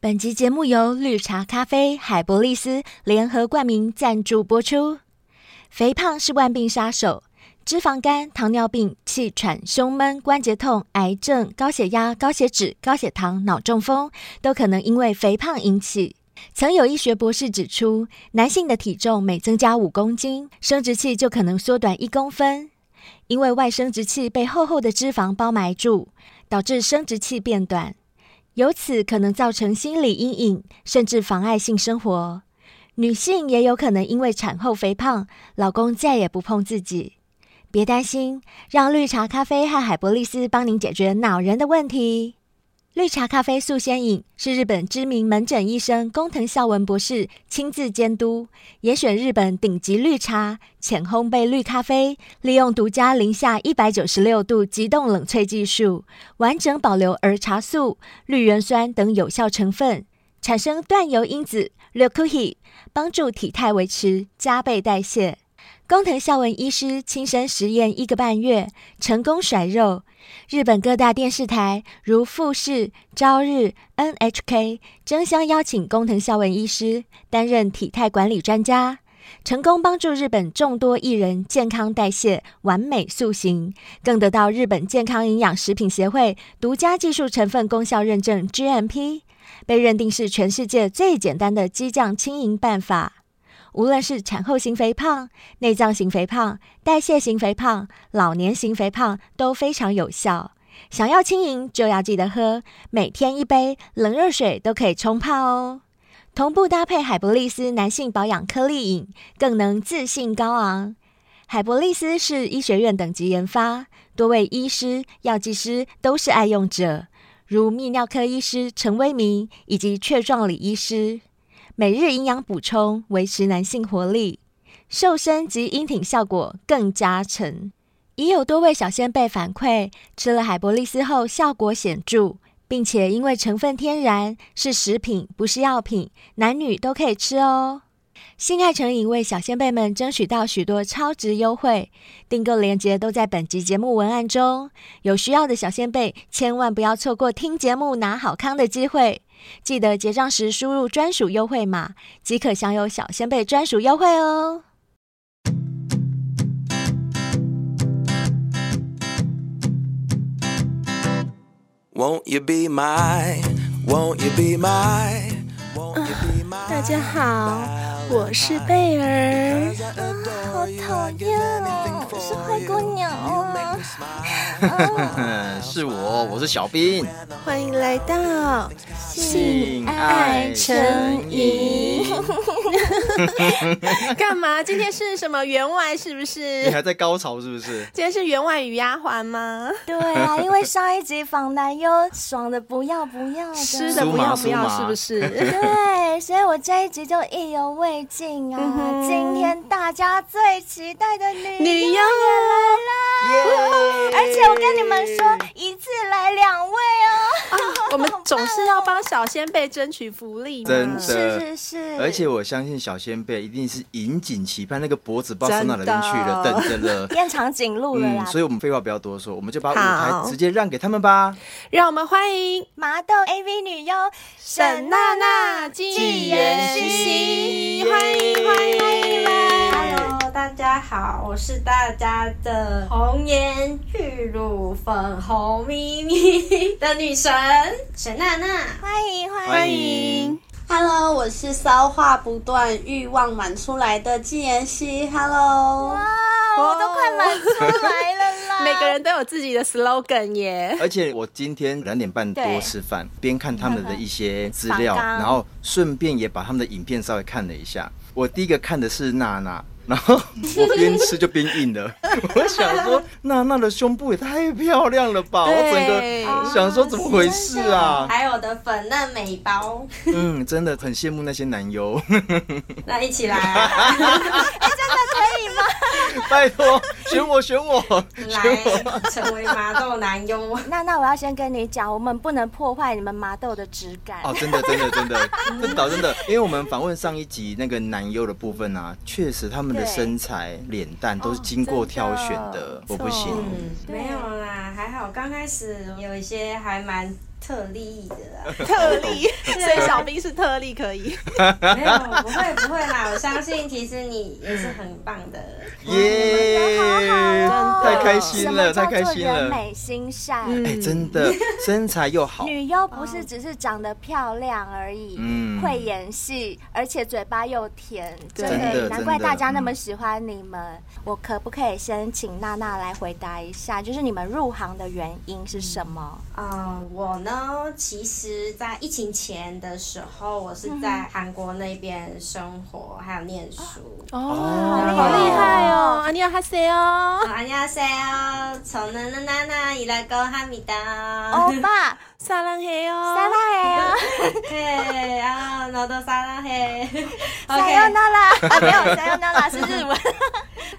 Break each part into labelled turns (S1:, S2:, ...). S1: 本集节目由绿茶咖啡、海博利斯联合冠名赞助播出。肥胖是万病杀手，脂肪肝、糖尿病、气喘、胸闷、关节痛、癌症、高血压、高血脂、高血糖、脑中风都可能因为肥胖引起。曾有医学博士指出，男性的体重每增加五公斤，生殖器就可能缩短一公分，因为外生殖器被厚厚的脂肪包埋住，导致生殖器变短。由此可能造成心理阴影，甚至妨碍性生活。女性也有可能因为产后肥胖，老公再也不碰自己。别担心，让绿茶咖啡和海博利斯帮您解决恼人的问题。绿茶咖啡素鲜饮是日本知名门诊医生工藤孝文博士亲自监督，严选日本顶级绿茶、浅烘焙绿咖啡，利用独家零下一百九十六度急冻冷萃技术，完整保留儿茶素、绿原酸等有效成分，产生断油因子 leucohe，帮助体态维持加倍代谢。工藤孝文医师亲身实验一个半月，成功甩肉。日本各大电视台如富士、朝日、NHK 争相邀请工藤孝文医师担任体态管理专家，成功帮助日本众多艺人健康代谢、完美塑形，更得到日本健康营养食品协会独家技术成分功效认证 GMP，被认定是全世界最简单的激将轻盈办法。无论是产后型肥胖、内脏型肥胖、代谢型肥胖、老年型肥胖都非常有效。想要轻盈，就要记得喝，每天一杯冷热水都可以冲泡哦。同步搭配海博利斯男性保养颗粒饮，更能自信高昂。海博利斯是医学院等级研发，多位医师、药剂师都是爱用者，如泌尿科医师陈威明以及雀壮理医师。每日营养补充，维持男性活力，瘦身及阴挺效果更加成。已有多位小先辈反馈，吃了海博利斯后效果显著，并且因为成分天然，是食品不是药品，男女都可以吃哦。性爱成瘾为小先辈们争取到许多超值优惠，订购链接都在本集节目文案中。有需要的小先辈千万不要错过听节目拿好康的机会。记得结账时输入专属优惠码，即可享有小先贝专属优惠哦。
S2: Won't you be my? Won't you be my? Won't you be my?
S3: 啊大家好，我是贝儿。
S2: 好
S4: 讨厌
S3: 啊
S4: 哦是灰姑娘啊
S5: 嗯，是我，我是小兵。
S3: 欢迎来到
S5: 性
S3: 爱成瘾。 干嘛？今天是什么员外？是不
S5: 你
S3: 是？
S5: 还在高潮是不是？
S3: 今天是员外与丫鬟吗？
S4: 对啊，因为上一集访男优爽的不要不要的，
S3: 吃的
S5: 酥
S3: 不
S5: 麻
S3: 要不
S5: 酥
S3: 要，
S5: 麻
S3: 是不是？
S4: 对，所以我这一集就意犹未尽啊！
S3: 嗯哼
S4: 今天大家最期待的女
S3: 女
S4: 优
S3: 优
S4: 也来了，而且我跟你们说，一次来两位哦，
S3: 啊，我们总是要帮小先辈争取福利嘛。
S5: 真的
S4: 是是是，
S5: 而且我相信小先辈一定是引颈期盼，那个脖子不知道伸到哪边去了，
S3: 真的
S5: 等着了。
S4: 变长颈鹿了啦
S5: 嗯，，所以我们废话不要多说，我们就把舞
S3: 好
S5: 台直接让给他们吧。
S3: 让我们欢迎
S4: 麻豆 AV 女优
S3: 沈娜娜、
S4: 纪
S3: 纪
S4: 元
S3: 元
S4: 熙
S3: 熙，欢迎欢迎欢迎你们！
S6: Hello，大家好，我是大家的红颜巨乳粉红咪 咪的女神沈娜娜。
S4: 欢迎欢迎。
S5: 欢迎，
S7: Hello，我是骚话不断、欲望满出来的纪妍希。Hello，
S4: 哇，我都快满出来了啦！
S3: 每个人都有自己的 slogan 耶。
S5: 而且我今天两点半多
S4: 对
S5: 吃饭，边看他们的一些资料，
S4: 访纲
S5: 然后顺便也把他们的影片稍微看了一下。我第一个看的是娜娜，然后我边吃就边硬了。我想说，娜娜的胸部也太漂亮了吧！我整
S3: 对
S5: 个想说怎么回事
S4: 哦
S5: 啊？
S6: 还有我的粉嫩美包，
S5: 嗯，真的很羡慕那些男优，
S6: 那一起来、啊，
S5: 拜托选我选我。
S6: 来成为麻豆男 优。
S4: 娜娜，我要先跟你讲，我们不能破坏你们麻豆的质感。
S5: 哦，真的，真的，真的，真的，真的，因为我们访问上一集那个男优的部分啊，确实他们的
S4: 对哦
S5: 身材、脸蛋都是经过挑选的，我不行。
S4: 啊
S6: 嗯，没有啦，还好刚开始有一些还蛮。
S7: 特例 的
S3: 特 例，所以小兵是特例可以。
S7: 啦， 没有，不会不会啦，我相信其实你也是很棒的。
S5: 耶、
S3: 好哦
S5: 嗯太开
S4: 什
S5: 心
S4: 么
S5: 了，
S4: 叫
S5: 太开
S4: 做
S5: 心
S4: 人
S5: 了。
S4: 美心善？
S5: 哎、真 的，身材又好，
S4: 女优不是只是长得漂亮而已，
S5: 嗯
S4: 会演戏，而且嘴巴又甜，
S3: 对
S4: 真
S5: 真的
S4: 的，难怪
S5: 真的
S4: 大家那么喜欢你们。我可不可以先请娜娜来回答一下，就是你们入行的原因是什么？
S7: 啊、我呢，其实，在疫情前的时候，我是在韩国那边生活，还有念书。
S3: 哦
S5: 然后
S3: 好厉害哦！안녕하세요，
S7: 哦 안녕하세요，从那那那那伊拉沟哈密达
S4: 欧。巴，
S3: 사랑해요，
S7: 嗯
S4: 撒拉耶啊，
S7: 嘿，啊，那都撒浪嘿。
S4: 撒哟
S7: OK，
S4: 那 拉啊，没有撒哟那拉是日文，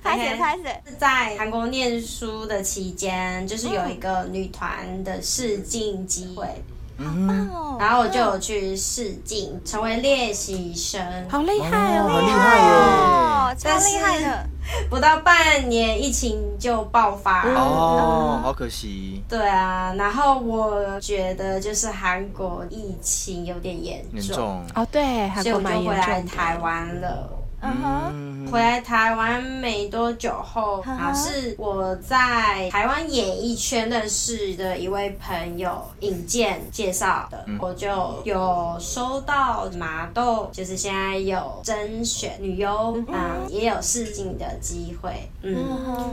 S4: 拍谁
S7: OK
S4: 拍谁？
S7: 在韩国念书的期间，就是有一个女团的试镜机会，
S5: 嗯
S4: 棒哦，
S7: 然后我就有去试镜，成为练习生。
S3: 好厉害
S5: 哇好
S3: 哦！
S5: 厉害耶！
S4: 哦，超厉害的，
S7: 不到半年，疫情就爆发。
S4: 嗯
S5: 哦，好可惜，
S7: 对啊，然后我觉得就是韩国疫情有点严
S5: 严
S7: 重，
S5: 重。
S3: 哦，对，韩
S7: 所以
S3: 国
S7: 我就
S3: 蛮
S7: 回
S3: 严
S7: 来
S3: 重
S7: 台
S3: 的。
S7: 湾了。
S4: 嗯哼，
S5: 嗯
S7: 回来台湾没多久后，好像是我在台湾演艺圈认识的一位朋友引荐介绍的，
S5: 嗯
S7: 我就有收到麻豆，就是现在有甄选女优，嗯，也有试镜的机会，嗯，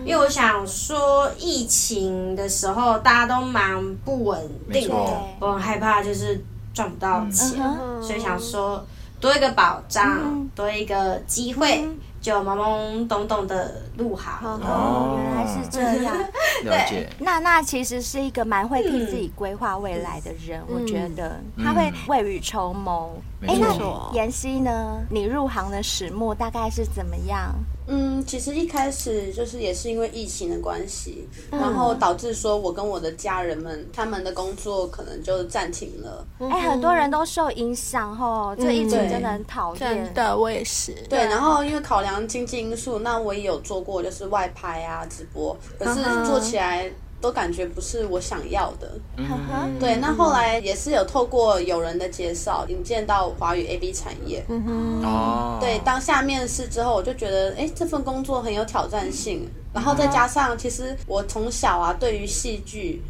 S7: 因为我想说疫情的时候大家都蛮不稳
S5: 没
S7: 定的
S5: 错，
S7: 我很害怕就是赚不到钱，
S4: 嗯
S7: 所以想说多一个保障，多一个机会，就懵懵懂懂的入行。
S4: 哦，原来是这样。
S5: 了解，
S4: 娜娜其实是一个蛮会替自己规划未来的人，我觉得她会未雨绸缪。
S5: 嗯没
S4: 诶
S5: 错
S4: 那妍希呢？你入行的始末大概是怎么样？
S8: 嗯，其实一开始就是也是因为疫情的关系，然后导致说我跟我的家人们他们的工作可能就暂停了。
S4: 哎，很多人都受影响吼，这疫情真的很讨厌
S3: 嗯真。的，我也是。
S8: 对，然后因为考量经济因素，那我也有做过就是外拍啊、直播，可是做起来都感觉不是我想要的。
S5: 嗯，
S8: 对，那后来也是有透过友人的介绍，引荐到华语 A B 产业。
S3: 嗯哼，
S5: 哦，
S8: 对，当下面试之后，我就觉得，哎，这份工作很有挑战性。然后再加上，其实我从小啊，对于戏剧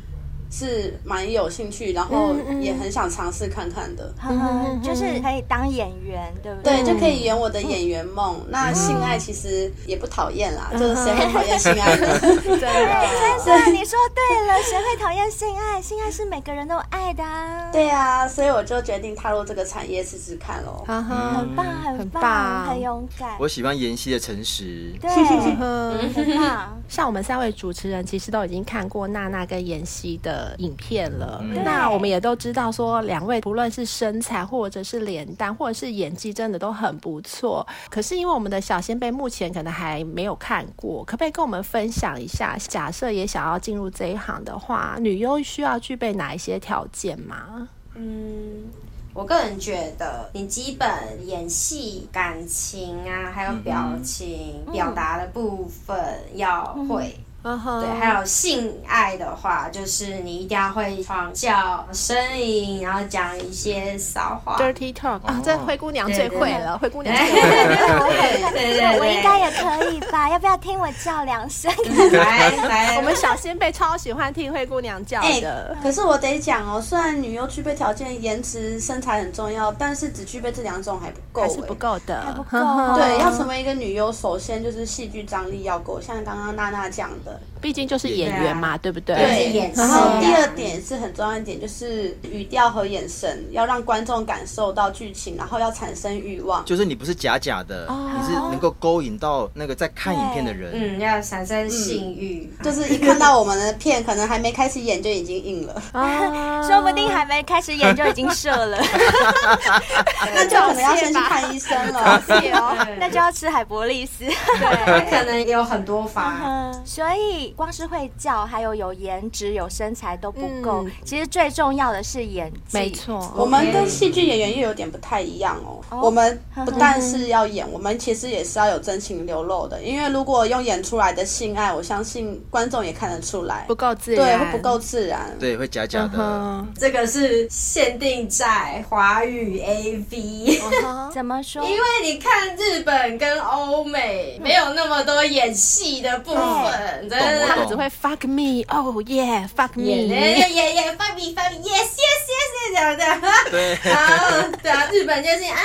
S8: 是蛮有兴趣，然后也很想尝试看看的。
S4: 呵呵就是可以当演员，对不
S8: 对，
S4: 对？
S8: 就可以圆我的演员梦。那性爱其实也不讨厌啦，就是谁会讨厌性爱呢？啊
S4: 对，啊真的，你说对了，谁会讨厌性爱？性爱是每个人都爱的啊。
S8: 对啊，所以我就决定踏入这个产业试试看喽。
S3: 啊哈，
S4: 很棒，很
S3: 很
S4: 棒，
S3: 棒
S4: 很勇敢。
S5: 嗯我喜欢妍希的诚实，
S4: 对，
S3: 嗯
S4: 很棒。
S3: 像我们三位主持人其实都已经看过娜娜跟妍希的影片了，
S5: 嗯
S3: 那我们也都知道说两位不论是身材或者是脸蛋或者是演技真的都很不错。可是因为我们的小先辈目前可能还没有看过，可不可以跟我们分享一下？假设也想要进入这一行的话，女优需要具备哪一些条件吗？
S7: 嗯，我个人觉得，你基本演戏、感情啊，还有表情、表达的部分要会。
S3: 嗯哼
S7: 对，还有性爱的话，就是你一定要会创叫、呻吟，然后讲一些骚话。
S3: Dirty Talk 啊，这灰姑娘最会了，灰姑娘最会了。
S7: 对对对，
S4: 我应该也可以吧？要不要听我叫两声？
S7: 来 来，
S3: 我们小先辈超喜欢听灰姑娘叫
S8: 哎
S3: 的，
S8: 可是我得讲哦，虽然女优具备条件，颜值、身材很重要，但是只具备这两种还不够、
S3: 还
S8: 欸，
S3: 是不够的，还
S4: 不够哦
S8: 对，要成为一个女优，首先就是戏剧张力要够，像刚刚娜娜讲的。
S3: 毕竟就是演员嘛，对不对？
S7: 对演戏
S8: 然后
S7: 啊
S8: 第二点是很重要一点，就是语调和眼神，要让观众感受到剧情，然后要产生欲望。
S5: 就是你不是假假的，你是能够勾引到那个在看影片的人，
S7: 嗯，要产生性欲，
S8: 就是一看到我们的片，可能还没开始演就已经硬 了，
S3: 啊
S4: 说不定还没开始演就已经射了，
S8: 那就可能要先去看医生了。
S3: 对哦。
S4: 那就要吃海博利斯。
S8: 啊
S7: 对，可能有很多法。
S4: 嗯，所以以光是会叫，还有有颜值、有身材都不够，
S3: 嗯
S4: 其实最重要的是演技。
S3: 没，错，
S8: 我们跟戏剧演员又有点不太一样哦。我们不但是要演，我们其实也是要有真情流露的。因为如果用演出来的性爱，我相信观众也看得出来，
S3: 不够自
S8: 对，啊
S3: 然，
S8: 会不够自然。
S5: 对，会假假的。
S3: 嗯，
S7: 这个是限定在华语 AV。
S8: 嗯
S4: 怎么说？
S7: 因为你看日本跟欧美没有那么多演戏的部分，真的
S3: 他们只会 fuck me，哦、yeah，fuck
S7: 演
S3: me，
S7: 演演演翻比翻比，yes yes yes 这样的，
S5: 对，
S7: 然后对啊，日本就是啊，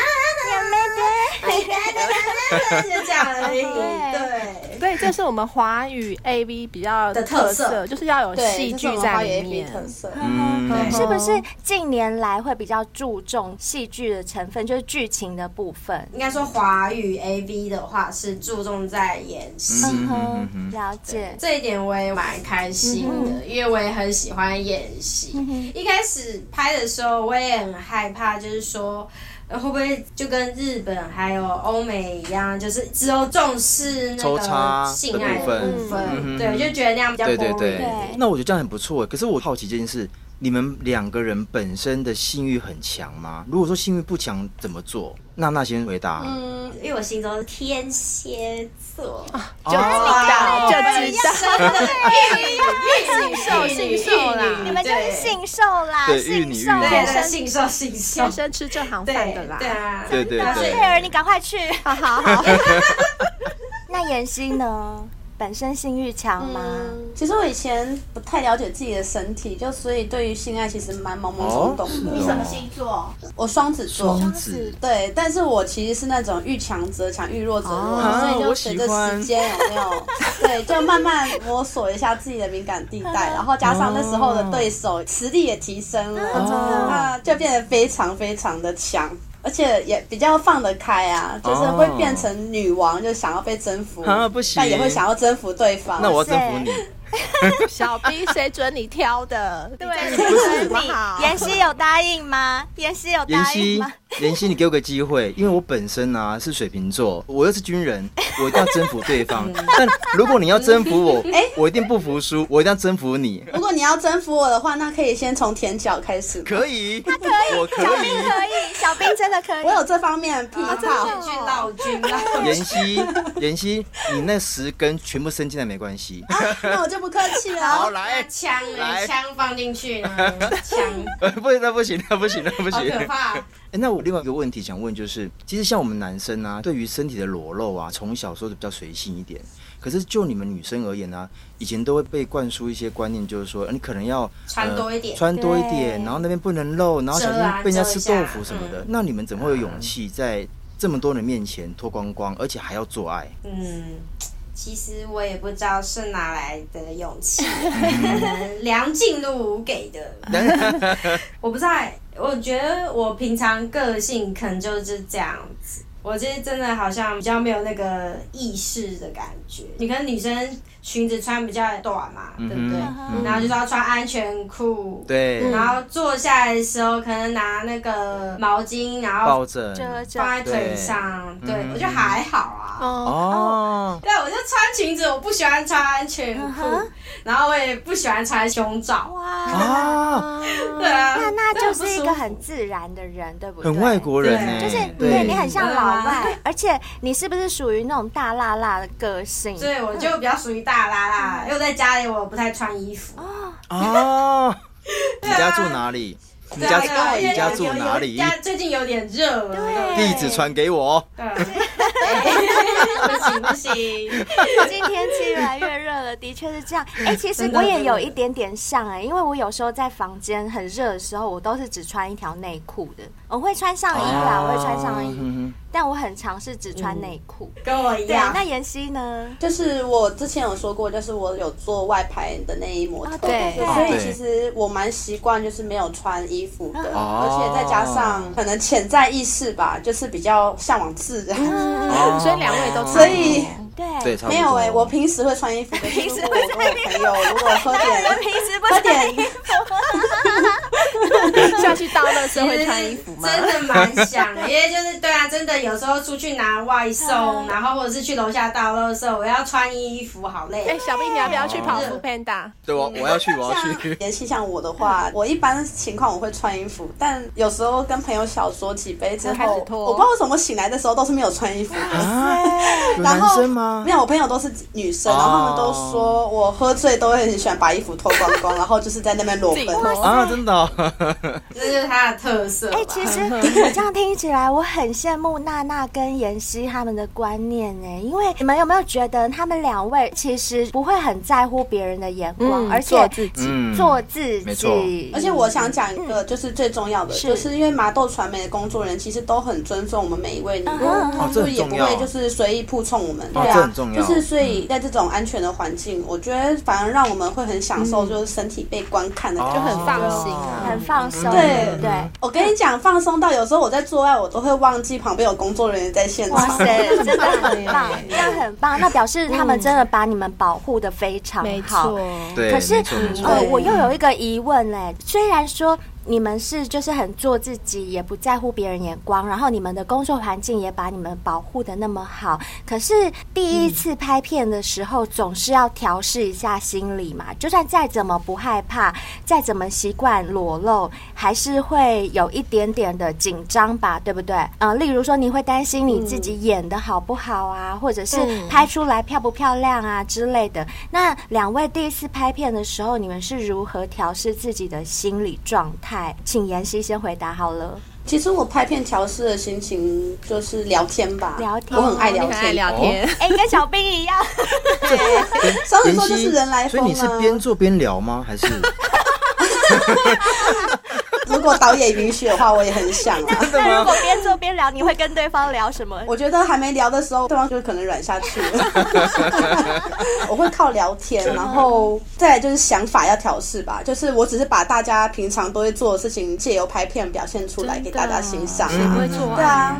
S7: 妹妹，啊就这样而已，对。
S3: 对，这是我们华语 A V 比较
S7: 的特色
S3: 色，就是要有
S8: 对，
S3: 戏
S8: 这是我
S3: 剧
S8: 们
S3: 在
S8: 花
S3: 里
S8: 园 A
S3: 面
S8: P。特色。
S5: 嗯，
S4: 是不是近年来会比较注重戏剧的成分，就是剧情的部分？
S7: 应该说华语 A V 的话是注重在演戏，
S5: 嗯
S4: 嗯
S5: 嗯嗯
S4: 哼，了解。
S7: 这一点我也蛮开心的，因为我也很喜欢演戏。一开始拍的时候，我也很害怕，就是说。呃会不会就跟日本还有欧美一样，就是只有重视那
S5: 抽插
S7: 个
S5: 的
S7: 性爱
S5: 部
S7: 的
S5: 分
S7: 部
S5: 嗯
S7: 分？
S5: 嗯
S7: 对，我就觉得那样比较
S5: 对
S7: boring。
S5: 对对
S4: 对。
S5: 那我觉得这样很不错。欸可是我好奇这件事，你们两个人本身的性欲很强吗？如果说性欲不强，怎么做？娜娜先回答。
S8: 嗯，
S7: 因为我心中是天蝎座，
S5: 就知
S3: 道就
S7: 哦
S3: 知道
S7: 哎道，
S3: 性兽啦
S4: 你们就是信受啦，
S5: 对玉
S4: 信
S5: 女
S4: 受。
S5: 玉女
S7: 对对信受信受
S3: 天，生吃这行饭
S7: 对
S3: 的啦，
S7: 对啊，
S5: 对对
S7: 但是
S4: 贝
S5: 对。
S4: 尔，你赶快去。好好好。 那妍希呢？本身性欲强吗？
S8: 嗯其实我以前不太了解自己的身体，就所以对于性爱其实蛮懵懵懂懂的。
S5: 哦是哦
S8: 座？我双子座。
S5: 双子，
S8: 对，但是我其实是那种遇强则强，遇弱则弱，
S5: 哦
S8: 所以
S5: 啊我
S8: 就
S5: 喜
S8: 随着时间有 没有，对，就慢慢摸索一下自己的敏感地 带，然后加上那时候的对手实力也提升了，
S5: 哦
S8: 那就变得非常非常的强。而且也比较放得开啊，就是会变成女王，就想要被征服，
S5: 哦啊不行
S8: 但也会想要征服对方。啊
S5: 那我要征服你。
S3: 小 B 谁准你挑的？对，
S4: 是
S3: 不好
S4: 你，妍希有答应吗？妍希有
S5: 妍
S4: 答应
S5: 希
S4: 吗？，
S5: 妍希，你给我个机会，因为我本身啊是水瓶座，我又是军人，我一定要征服对方。但如果你要征服我，我一定不服输，我一定要征服你。
S8: 如果你要征服我的话，那可以先从舔脚开始。
S5: 可以，我可以。
S4: 可以，小兵真的可以
S8: 我。有这方面的癖
S4: 啊
S8: 好，
S7: 去闹军啦。
S5: 妍希，妍希，你那十根全部伸进来没关系。
S8: 那我就不客气了。
S5: 好，
S7: 那
S5: 来，
S7: 枪呢？
S5: 来
S7: 枪放进去呢？枪，
S5: 呃不，那不行，那不行，那不
S7: 好
S5: 行。
S7: 可怕！
S5: 哎、那我另外一个问题想问，就是其实像我们男生啊，对于身体的裸露啊，从小说的比较随性一点。可是就你们女生而言呢、以前都会被灌输一些观念，就是说、呃你可能要呃
S7: 穿多一点
S5: 穿多一点，
S4: 对
S5: 然后那边不能露，然后小心
S7: 遮啊
S5: 被人家
S7: 遮一
S5: 吃
S7: 下嗯
S5: 豆腐什么的。那你们怎么会有勇气在这么多人面前脱光光，而且还要做爱？
S7: 嗯，其实我也不知道是哪来的勇 气，可能梁静茹给的。 我不知道欸，我觉得我平常个性可能就是这样子。我其实真的好像比较没有那个意识的感觉。你可能女生裙子穿比较短嘛，对不对？
S5: 嗯
S7: 然后就是要穿安全裤，
S5: 对，
S7: 然后坐下来的时候，可能拿那个毛巾，然后
S5: 抱枕
S4: 遮着
S7: 放在腿上，
S5: 对
S7: 对
S5: 嗯
S7: 我觉得还好啊。
S5: 哦，
S7: 对，我就穿裙子，我不喜欢穿安全裤，然后我也不喜欢穿胸罩。
S4: 哇，
S5: 啊，
S7: 对啊，
S4: 那那
S7: 真
S4: 就
S7: 的很不
S4: 是一
S7: 舒
S4: 个
S7: 服
S4: 很自然的人，对不对？
S5: 很外国人呢、
S7: 对
S4: 就是
S5: 对
S4: 对你很像老
S7: 对
S4: 外，而且你是不是属于那种大辣辣的个性？
S7: 所以我就比较属于大拉拉，因为我在家里我不太穿衣服。
S5: 哦， 你家住哪里？你家
S7: 对啊
S5: 住你家住哪里
S7: 因为？家最近有点热了，啊对
S5: 地址传给我。
S7: 不行不 行，
S4: 今天气越来越热了，的确是这样。哎、其实
S7: 真的
S4: 我也有一点点像哎、因为我有时候在房间很热的时候，我都是只穿一条内裤的。我会穿上衣啦，
S5: 哦
S4: 我会穿上衣，
S5: 嗯
S4: 但我很尝试只穿内裤。
S7: 跟我一
S4: 对，
S7: 样
S4: 那。妍希呢？
S8: 就是我之前有说过，就是我有做外拍的那一模特，
S4: 啊对对
S8: 所
S5: 对
S8: 以其实我蛮习惯就是没有穿衣服的，
S5: 哦
S8: 而且再加上可能潜在意识吧，就是比较向往自然，
S4: 啊
S5: 哦
S3: 所以两位都
S8: 所以
S4: 对，
S5: 对，差不多
S8: 没有哎、我平时会穿衣服，可是如果我跟我朋友如果喝
S4: 我
S8: 点
S4: 平时不
S8: 喝
S4: 穿
S8: 点
S4: 衣服，
S3: 下去倒垃圾
S7: 其
S3: 会
S7: 实
S3: 穿衣 服吗？
S7: 真的蛮想的，因为就是对啊，真的有时候出去拿外送，然后或者是去楼下倒垃圾，我要穿衣服，好累。
S3: 哎、小 B，你要不要去跑 f o o Panda？
S5: 对我我要去，我要去
S8: 像。联系像我的话，我一般情况我会穿衣服，但有时候跟朋友小酌几杯之
S3: 开
S8: 后，
S3: 始脱
S8: 我不知道为什么醒来的时候都是没有穿衣服的。
S5: 啊，有
S8: 然
S5: 男
S8: 后
S5: 生吗
S8: 没？有，我朋友都是女生，然后他们都
S5: 哦
S8: 说我喝醉都会很喜欢把衣服脱光光，然后就是在那边裸
S3: 自己
S8: 奔。
S3: 脱
S5: 啊，真的哦、
S7: 这就是它的特色吧。
S4: 哎、其实我这样听起来，我很羡慕娜娜跟妍希他们的观念呢、因为你们有没有觉得他们两位其实不会很在乎别人的眼光，
S3: 嗯
S4: 而且
S3: 做自己
S5: 嗯
S4: 做自
S5: 没错
S4: 己，
S8: 而且我想讲一
S3: 嗯
S8: 个，就是最重要的，
S4: 是
S8: 就是因为麻豆传媒的工作人员其实都很尊重我们每一位女
S4: 嗯
S8: 人，
S5: 哦
S8: 他
S5: 这
S8: 们
S5: 很
S8: 也
S5: 重
S8: 不
S5: 要
S8: 会就是随意扑冲我们，
S5: 哦
S8: 对
S5: 这
S8: 啊
S5: 很重，要嗯
S8: 就是所以在这种安全的环境，我觉得反而让我们会很享受，
S3: 嗯
S8: 就是身体被观看
S5: 哦
S8: 的感
S3: 就
S8: 觉。
S3: 很放心啊。
S4: 很放松，
S8: 对
S4: 不对。
S8: 我跟你讲，放松到有时候我在做爱，我都会忘记旁边有工作人员在现
S4: 哇
S8: 场。
S4: 塞，真的很棒，这样很棒，那表示他们真的把你们保护的非常
S3: 没
S4: 好。
S3: 错，
S5: 对，
S4: 可是
S5: 没错没错。
S4: 呃，
S8: 对
S4: 我又有一个疑问嘞，虽然说你们是就是很做自己，也不在乎别人眼光，然后你们的工作环境也把你们保护的那么好，可是第一次拍片的时候，总是要调试一下心理嘛。就算再怎么不害怕，再怎么习惯裸露，还是会有一点点的紧张吧，对不对？嗯、例如说你会担心你自己演的好不好啊，或者是拍出来漂不漂亮啊之类的。那两位第一次拍片的时候，你们是如何调试自己的心理状态？请妍希先回答好了。
S8: 其实我拍片调试的心情就是聊天吧，
S4: 聊天
S8: 我很爱聊
S3: 很爱
S8: 天。
S3: 聊天，
S4: 哎、跟小兵一样，
S8: 双子
S5: 妍
S8: 座
S5: 希
S8: 就是人来
S5: 所
S8: 疯
S5: 以
S8: 啊。
S5: 你是边做边聊吗？还是
S8: 如果导演允许的话，我也很想啊。
S4: 那如果边做边聊，你会跟对方聊什么？
S8: 我觉得还没聊的时候，对方就可能软下去了。我会靠聊天，然后再来就是想法要调试吧。就是我只是把大家平常都会做的事情，借由拍片表现出来给大家欣赏
S3: 你不
S8: 啊。
S3: 会做
S8: 对啊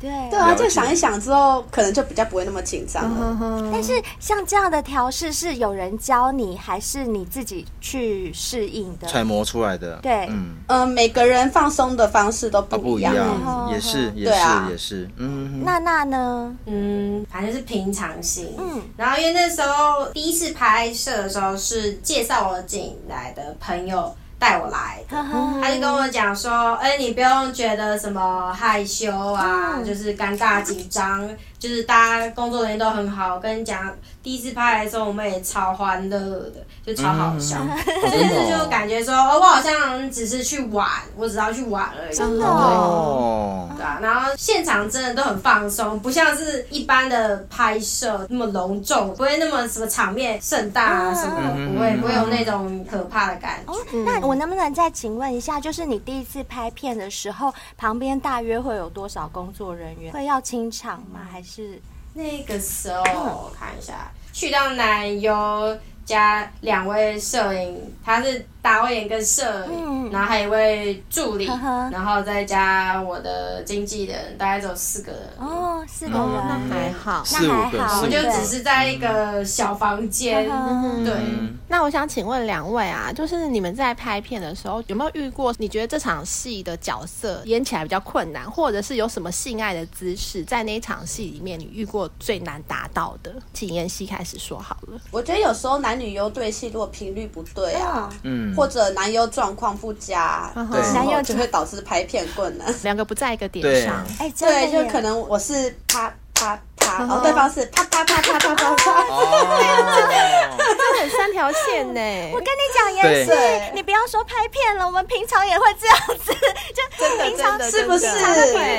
S4: 对
S8: 对啊，
S5: 了解
S8: 就想一想之后，可能就比较不会那么紧张了。
S4: 但是 像这样的调试是有人教你，还是你自己去适应的？
S5: 揣摩出来的？
S4: 对
S5: 嗯，
S8: 嗯，每个人放松的方式都
S5: 啊，不
S8: 不
S5: 一
S8: 样。嗯
S5: 样，也是，也
S8: 对啊
S5: 是，也是，嗯，
S4: 娜娜呢？
S7: 嗯，反正就是平常心。
S4: 嗯
S7: 嗯，然后因为那时候第一次拍摄的时候是介绍我进来的朋友带我来的，
S4: 呵呵，
S7: 他就跟我讲说，哎、你不用觉得什么害羞啊，
S4: 嗯
S7: 就是尴尬紧张，就是大家工作人员都很好。我跟你讲，第一次拍的时候我们也超欢乐的，就超好笑。
S4: 嗯
S5: 哦
S7: 就
S5: 真的
S7: 是就
S5: 哦
S7: 感觉说，哦，我好像只是去玩，我只要去玩而已。真
S4: 的
S5: 哦，
S7: 对啊，然后现场真的都很放松，不像是一般的拍摄那么隆重，不会那么什么场面盛大
S4: 嗯
S7: 啊什么的，不会不会有那种可怕的感觉。
S4: 那我能不能再请问一下，就是你第一次拍片的时候，旁边大约会有多少工作人员？会要清场吗？
S8: 嗯
S4: 还是
S7: 那个时候
S4: 哦
S7: 我看一下，去到男优加两位摄影，他是导演跟摄影，
S4: 嗯
S7: 然后还有一位助理，
S4: 呵呵
S7: 然后再加我的经纪人，大概只有四个人。
S4: 哦，四个
S5: 嗯
S4: 人？
S3: 还好。
S5: 四
S4: 那
S5: 五
S4: 还
S5: 个，
S4: 好
S7: 我
S5: 四
S7: 们
S5: 五
S7: 就
S5: 个，
S7: 只是在一个小房间，
S4: 嗯
S7: 对。
S5: 嗯
S3: 那我想请问两位啊，就是你们在拍片的时候有没有遇过？你觉得这场戏的角色演起来比较困难，或者是有什么性爱的姿势，在那一场戏里面你遇过最难达到的？请妍希开始说好了。
S8: 我觉得有时候男女优对戏，如果频率不对啊，
S5: 嗯，
S8: 或者男优状况不佳，
S5: 对
S8: 然后就会导致拍片困难。
S3: 两个不在一个点
S5: 对
S3: 上，
S4: 哎，真的
S8: 对，
S4: 耶
S8: 就可能我是啪啪啪，然后对方是啪啪啪啪啪 啪啪。
S5: 哦，
S3: 这很三条线呢。
S4: 我 跟你讲，妍
S8: 对
S4: 希，你不要说拍片了，我们平常也会这样子， 就平常
S8: 是不是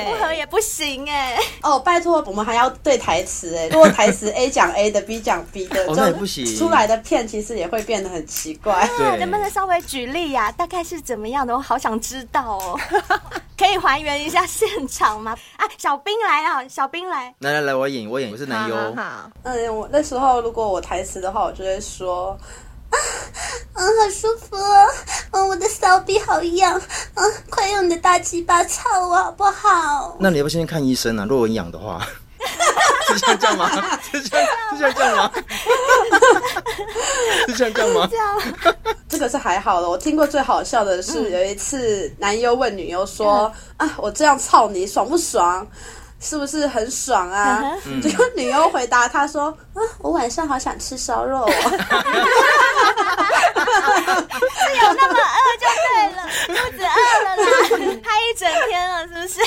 S4: 不合也不行哎。
S8: 哦，拜托，我们还要对台词哎，如果台词 A 讲 A 的，B 讲 B 的，
S5: 哦那也不行
S8: 就出来的片其实也会变得很奇怪。
S5: 对，
S4: 能不能稍微举例呀、大概是怎么样的？我好想知道 哦，可以还原一下现场吗？啊，小兵来啊，小兵来，
S5: 来来来，我演，我演，我是男优，
S3: 好好
S8: 嗯，我那时候如果我台词的话，我就会说，啊，嗯，好舒服、哦，嗯，我的骚逼好痒，嗯，快用你的大鸡巴操我好不好？
S5: 那你要不要先去看医生啊？如果我痒的话，是像这样吗？是像是像这样吗？是像这样吗？
S8: 这个是还好了。我听过最好笑的
S5: 嗯
S8: 是，有一次男优问女优说：“啊，我这样操你爽不爽？是不是很爽啊？”
S5: 嗯
S8: 结果女优回答他说：“啊，我晚上好想吃烧肉、 哦。”
S4: 有那么饿就对了，肚子饿了啦， 拍一整天了，是不是？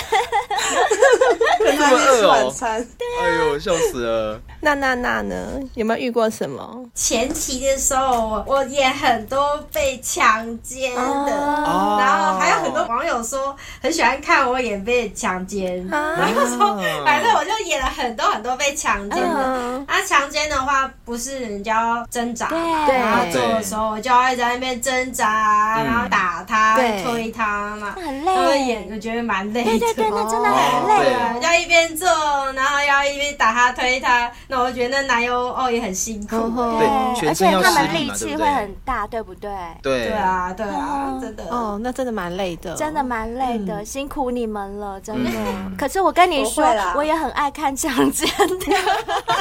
S8: 跟他
S5: 么
S8: 去吃
S5: 饿哦
S8: 晚餐。
S5: 哎呦，笑死了！
S3: 那那那呢？有没有遇过什么？
S7: 前期的时候，我我也很多被强奸的，
S5: 哦
S7: 然后还有很多网友说很喜欢看我演被强奸，
S4: 啊
S7: 然后说反正我就演了很多很多被强奸
S4: 嗯
S7: 的。那强奸的话，不是人家要挣扎嘛，
S4: 对
S7: 然后做的时候我就要一直在那边挣扎，
S5: 嗯
S7: 然后打他、
S3: 对
S7: 推他嘛，
S4: 很
S7: 然后
S4: 累，
S7: 演我觉得蛮累的。
S4: 对对对，那真的很
S5: 哦
S4: 累。
S7: 对，要一边做，然后要一边打他推他，那我就觉得那男优哦也很辛苦。
S3: 哦
S5: 对
S4: 而
S5: 全
S4: 且
S5: 身要
S4: 他们
S5: 施力
S4: 力
S5: 嘛
S4: 气
S5: 对不嗯
S4: 会
S5: 对
S4: 很大，对不对？
S5: 对
S7: 对，啊，对啊，真的。
S3: 哦，那真的蛮累的，
S4: 真的蛮累的，辛苦你们了，真的。
S5: 嗯
S4: 可是我跟你说
S8: 不会啦，
S4: 我也很爱看强奸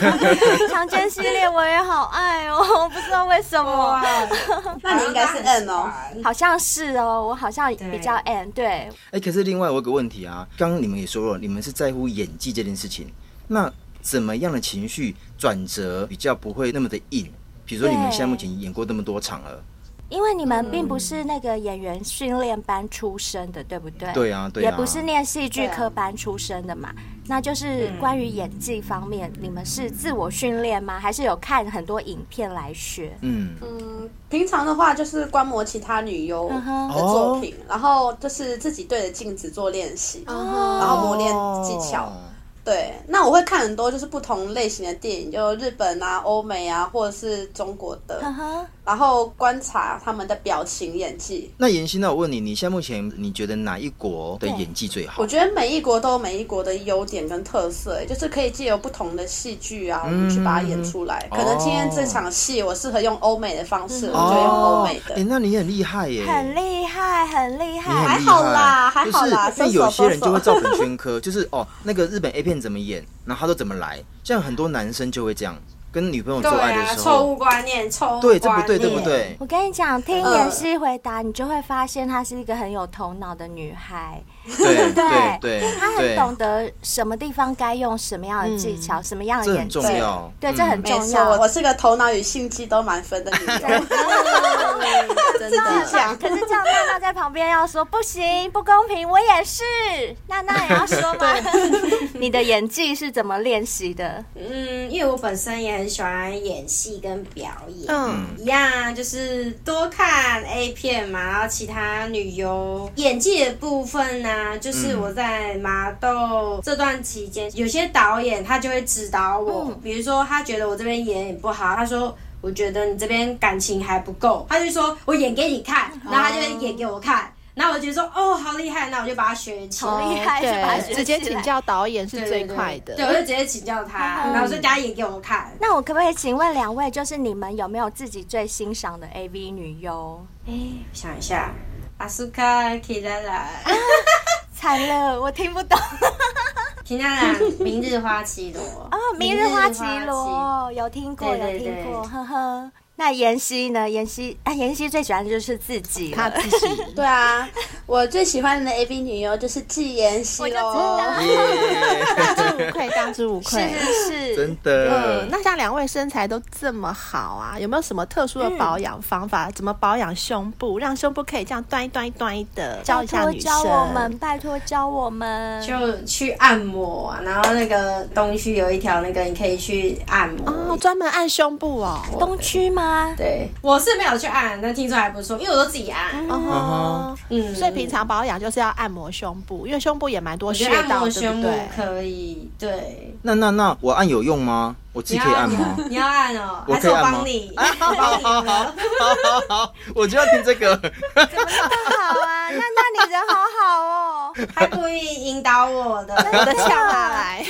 S4: 的，强奸系列我也好爱哦，我不知道为什么
S8: 哦
S7: 哇，，
S8: 那你应该是 N 哦。
S4: 好像是哦，我好像比较 M，对，
S5: 哎、可是另外我有个问题啊，刚刚你们也说了，你们是在乎演技这件事情，那怎么样的情绪转折比较不会那么的硬？比如说你们现在目前演过那么多场了，
S4: 因为你们并不是那个演员训练班出身的，对不对？
S5: 对啊对啊
S4: 也不是念戏剧科班出身的嘛，那就是关于演技方面，你们是自我训练吗？还是有看很多影片来学？
S5: 嗯，
S8: 嗯，平常的话就是观摩其他女优
S5: 嗯
S8: 的作品，然后就是自己对着镜子做练习，
S5: 哦
S8: 然后磨练技巧。对，那我会看很多就是不同类型的电影，就日本啊、欧美啊，或者是中国的，
S5: 嗯
S4: 呵呵，
S8: 然后观察他们的表情、演技。
S5: 那妍希，那我问你，你现在目前你觉得哪一国的演技最好？
S8: 我觉得每一国都有每一国的优点跟特色，就是可以借由不同的戏剧
S4: 嗯
S8: 啊，我们去把它演出来。
S4: 哦
S8: 可能今天这场戏我适合用欧美的方式，我就用
S4: 哦
S8: 欧美的。
S5: 哎、那你很厉害耶、
S4: 很厉害，很厉
S5: 你很
S4: 害。
S5: 厉
S8: 还好啦
S5: 害
S8: 还好啦
S5: 就是因为
S8: 收手
S5: 有些人
S8: 收手
S5: 就会照本宣科， 就是哦，那个日本 A 片怎么演，然后他都怎么来，像很多男生就会这样，跟女朋友
S7: 对
S5: 做爱
S7: 啊，
S5: 的时
S7: 错
S5: 候，
S7: 误观念，错误
S5: 对，这
S7: 观
S5: 不
S7: 念
S5: 对，对不？对？
S4: 我跟你讲，听
S8: 呃
S4: 妍希回答，你就会发现她是一个很有头脑的女孩，
S5: 对
S4: 对
S5: 对对，
S4: 她很
S5: 对
S4: 懂得什么地方该用什么样的技巧，什么样的
S5: 这
S4: 演
S5: 很
S4: 技
S5: 重。要。
S4: 对，
S5: 嗯
S4: 这很
S8: 嗯没
S4: 重
S8: 错，
S4: 要。
S8: 我是个头脑与心机都满分的女人。
S4: 真的
S8: 讲
S4: 可是这样娜娜在旁边要说不行，不公平，我也是。娜娜也要 说吗？ 你的演技是怎么练习的？
S7: 嗯，因为我本身也很喜欢演戏跟表演，
S3: 嗯，
S7: 一样啊就是多看 A 片嘛，然后其他女优演技的部分呢、就是
S5: 嗯
S7: 我在麻豆这段期间，有些导演他就会指导我，
S3: 嗯
S7: 比如说他觉得我这边演演不好，他说。我觉得你这边感情还不够，他就说我演给你看，
S3: 哦
S7: 然后他就会演给我看，然后我就说哦好厉害，那我就把它学起来。
S4: 好厉害，是把它
S3: 对，
S4: 学
S3: 直接
S4: 起来
S3: 请教导演是
S7: 对
S3: 哦最
S7: 对
S3: 快的。哦
S7: 对， 我就直接请教他，然后说家演给我看。
S4: 那我可不可以请问两位，就是你们有没有自己最欣赏的 AV 女优？
S7: 想一下，阿苏卡提拉 拉，
S4: 惨了，我听不 懂。
S7: 提拉拉，明日花绮罗。哦
S4: 哦，明日花绮罗有听过，
S7: 对
S4: 有
S7: 对
S4: 听
S7: 对
S4: 过，呵呵。那妍希呢？妍希啊，妍希最喜欢的就是自己了
S3: 他自己
S8: 对啊，我最喜欢的 A B 女优就是季妍希
S4: 我就知
S8: 喽。
S5: 嗯
S3: 当之
S5: 耶，
S4: 道，
S3: 无愧，当之无愧。
S4: 是是
S5: 真
S3: 嗯，
S5: 的。
S3: 那像两位身材都这么好啊，有没有什么特殊的保养方法？怎么保养胸部，让胸部可以这样端一端一端一的？教
S4: 拜
S3: 一下
S4: 托
S3: 女生。
S4: 教我们，拜托教我们。
S7: 就去按摩啊，然后那个东区有一条那个，你可以去按摩。
S3: 哦，专门按胸部哦。
S4: 东区吗？
S7: 对，我是没有去按，但听说还不错，因为我都自己按。
S3: 哦，
S7: 嗯，
S3: 所以平常保养就是要按摩胸部，因为胸部也蛮多
S7: 我
S3: 穴
S7: 觉得按
S3: 道，
S7: 摩
S3: 对
S7: 胸
S3: 不
S7: 部
S3: 对？
S7: 可以，对。
S5: 那那那我按有用吗？我自己可以按吗？
S7: 你要按哦，
S5: 我
S7: 还
S5: 可
S7: 是
S5: 以
S7: 我
S5: 按吗
S7: 帮你？我帮你了。
S5: 好好好，我就要听这个。
S4: 好啊，那那你人好好哦。
S7: 他故意引导我的。
S3: 我的呛拉来，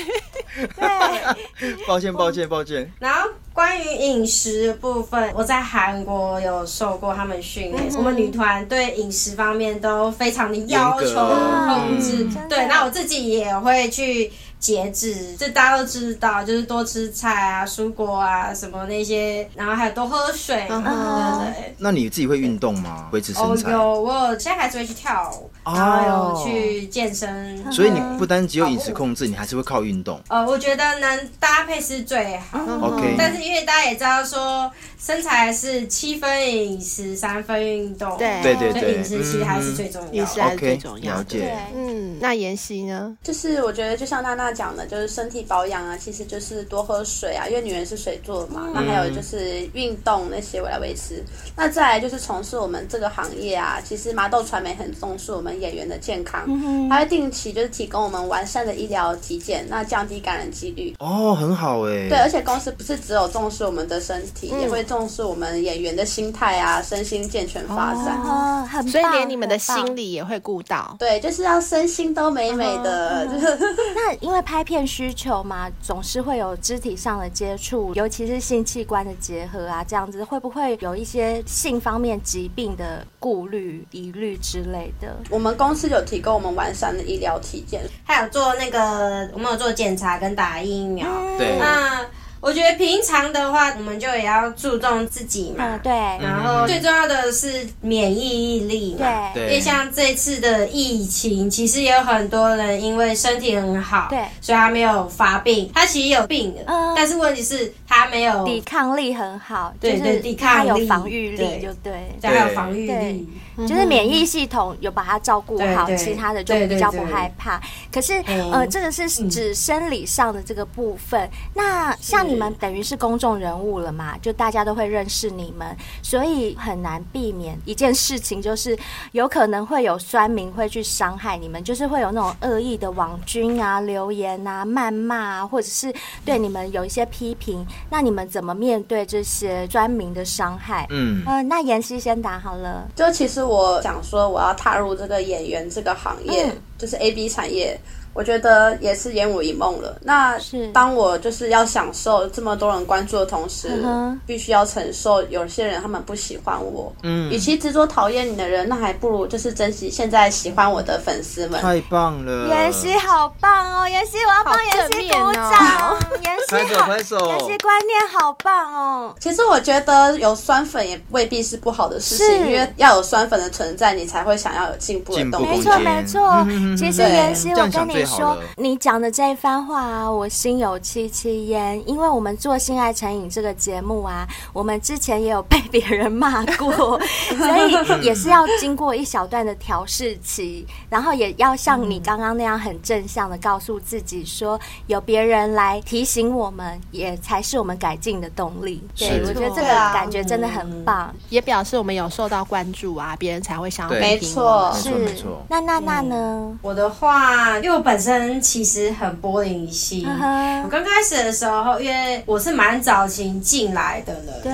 S4: 对，
S5: 抱歉，抱歉，抱歉。
S7: 然后关于饮食的部分，我在韩国有受过他们训练，我们女团对饮食方面都非常的要求
S5: 严格
S7: 控制
S4: 嗯。
S7: 对，那我自己也会去。节制，这大家都知道，就是多吃菜啊、蔬果啊什么那些，然后还有多喝水，对对对。
S5: 那你自己会运动吗？维持身
S7: 哦，
S5: 材？
S7: 有我有现在还是会去跳舞，然后有去健身。
S5: 所以你不单只有饮食控制，你还是会靠运动。
S7: 呃，我觉得能搭配是最好，
S5: OK，
S7: 但是因为大家也知道说，身材是七分饮食，三分运动，
S3: 对
S5: 对对
S7: 所以
S5: 对
S7: 饮，食其实还是最重
S4: 嗯
S7: 要的。
S3: 饮食还是最
S5: OK，
S3: 重要
S5: 了
S3: 的。
S5: 解。
S3: 嗯，那妍希呢？
S8: 就是我觉得就像娜娜讲的，就是身体保养啊，其实就是多喝水啊，因为女人是水做的嘛。那还有就是运动那些我来维持。那再来就是从事我们这个行业啊，其实麻豆传媒很重视我们演员的健康，它会定期就是提供我们完善的医疗体检，那降低感染几率。
S5: 哦，很好哎。
S8: 对，而且公司不是只有重视我们的身体，也会重视我们演员的心态啊，身心健全发展。
S4: 哦，很棒，
S3: 所以连你们的
S4: 很棒
S3: 心理也会顾到。
S8: 对，就是要身心都美美的，就是
S4: 那因为拍片需求嘛，总是会有肢体上的接触，尤其是性器官的结合啊，这样子会不会有一些呃性方面疾病的顾虑、疑虑之类的？
S8: 我们公司有提供我们完善的医疗体检，
S7: 还有做那个，我们有做检查跟打疫苗。
S4: 嗯
S5: 对
S7: 那我觉得平常的话，我们就也要注重自己嘛
S4: 嗯，，对
S7: 然后最重要的是免疫力嘛。
S4: 对
S7: 因为
S5: 对
S7: 像这次的疫情，其实也有很多人因为身体很好，
S4: 对
S7: 所以他没有发病。他其实有病的，
S4: 嗯
S7: 但是问题是他没有，
S4: 抵
S7: 对，
S4: 抗力很好，
S7: 对
S4: 就是
S7: 对抵抗力
S4: 它有防御力，
S7: 对
S4: 就对。
S7: 还有防御
S4: 对
S7: 力。
S4: 就是免疫系统有把它照顾好，
S7: 嗯对对
S4: 其他的就比较不害怕。可是，呃，
S7: 嗯
S4: 这个是指生理上的这个部分。那像你们等于是公众人物了嘛，就大家都会认识你们，所以很难避免一件事情，就是有可能会有酸民会去伤害你们，就是会有那种恶意的网军啊、留言啊、谩骂啊，或者是对你们有一些批评。那你们怎么面对这些酸民的伤害？
S5: 嗯，
S4: 呃，那妍希先答好了。
S8: 就其实我想说，我要踏入这个演员这个行业，就是 A B 产业，我觉得也是烟雾一梦了。那
S4: 是
S8: 当我就是要享受这么多人关注的同时，
S4: 嗯哼
S8: 必须要承受有些人他们不喜欢我。
S5: 嗯
S8: 与其执着讨厌你的人，那还不如就是珍惜现在喜欢我的粉丝们。
S5: 太棒了。
S4: 妍希好棒哦，妍希，我要帮妍希鼓掌
S3: 好，
S4: 妍
S5: 拍
S4: 希
S5: 手
S4: 好，
S5: 拍手。
S4: 妍希观念好棒哦，
S8: 其实我觉得有酸粉也未必是不好的事情，
S4: 是
S8: 因为要有酸粉的存在，你才会想要有进步的
S5: 进步
S8: 动
S5: 空
S4: 没
S8: 力
S5: 间。
S4: 错没错
S5: 嗯嗯嗯。嗯
S4: 其实
S8: 对
S4: 妍希，
S5: 这
S4: 我
S5: 样
S4: 跟
S5: 想
S4: 你
S5: 最好了
S4: 说，你讲的这一番话啊，我心有戚戚焉。因为我们做《性爱成瘾》这个节目啊，我们之前也有被别人骂过， 所以也是要经过一小段的调试期，然后也要像你刚刚那样很正向的告诉自己说，有别人来提醒我们，也才是我们改进的动力。对，
S5: 是
S4: 我觉得
S7: 哦
S4: 这个
S8: 对啊
S4: 感觉真的很棒。
S3: 也表示我们有受到关注啊，别人才会想要
S5: 对
S8: 没
S3: 批评我们
S5: 没
S8: 错，
S5: 错没错
S4: 那
S7: 啊
S4: 那那呢？
S7: 我的话，因为我本身其实很玻璃心。
S4: 呵
S7: 我刚开始的时候，因为我是蛮早期进来的人，
S4: 对，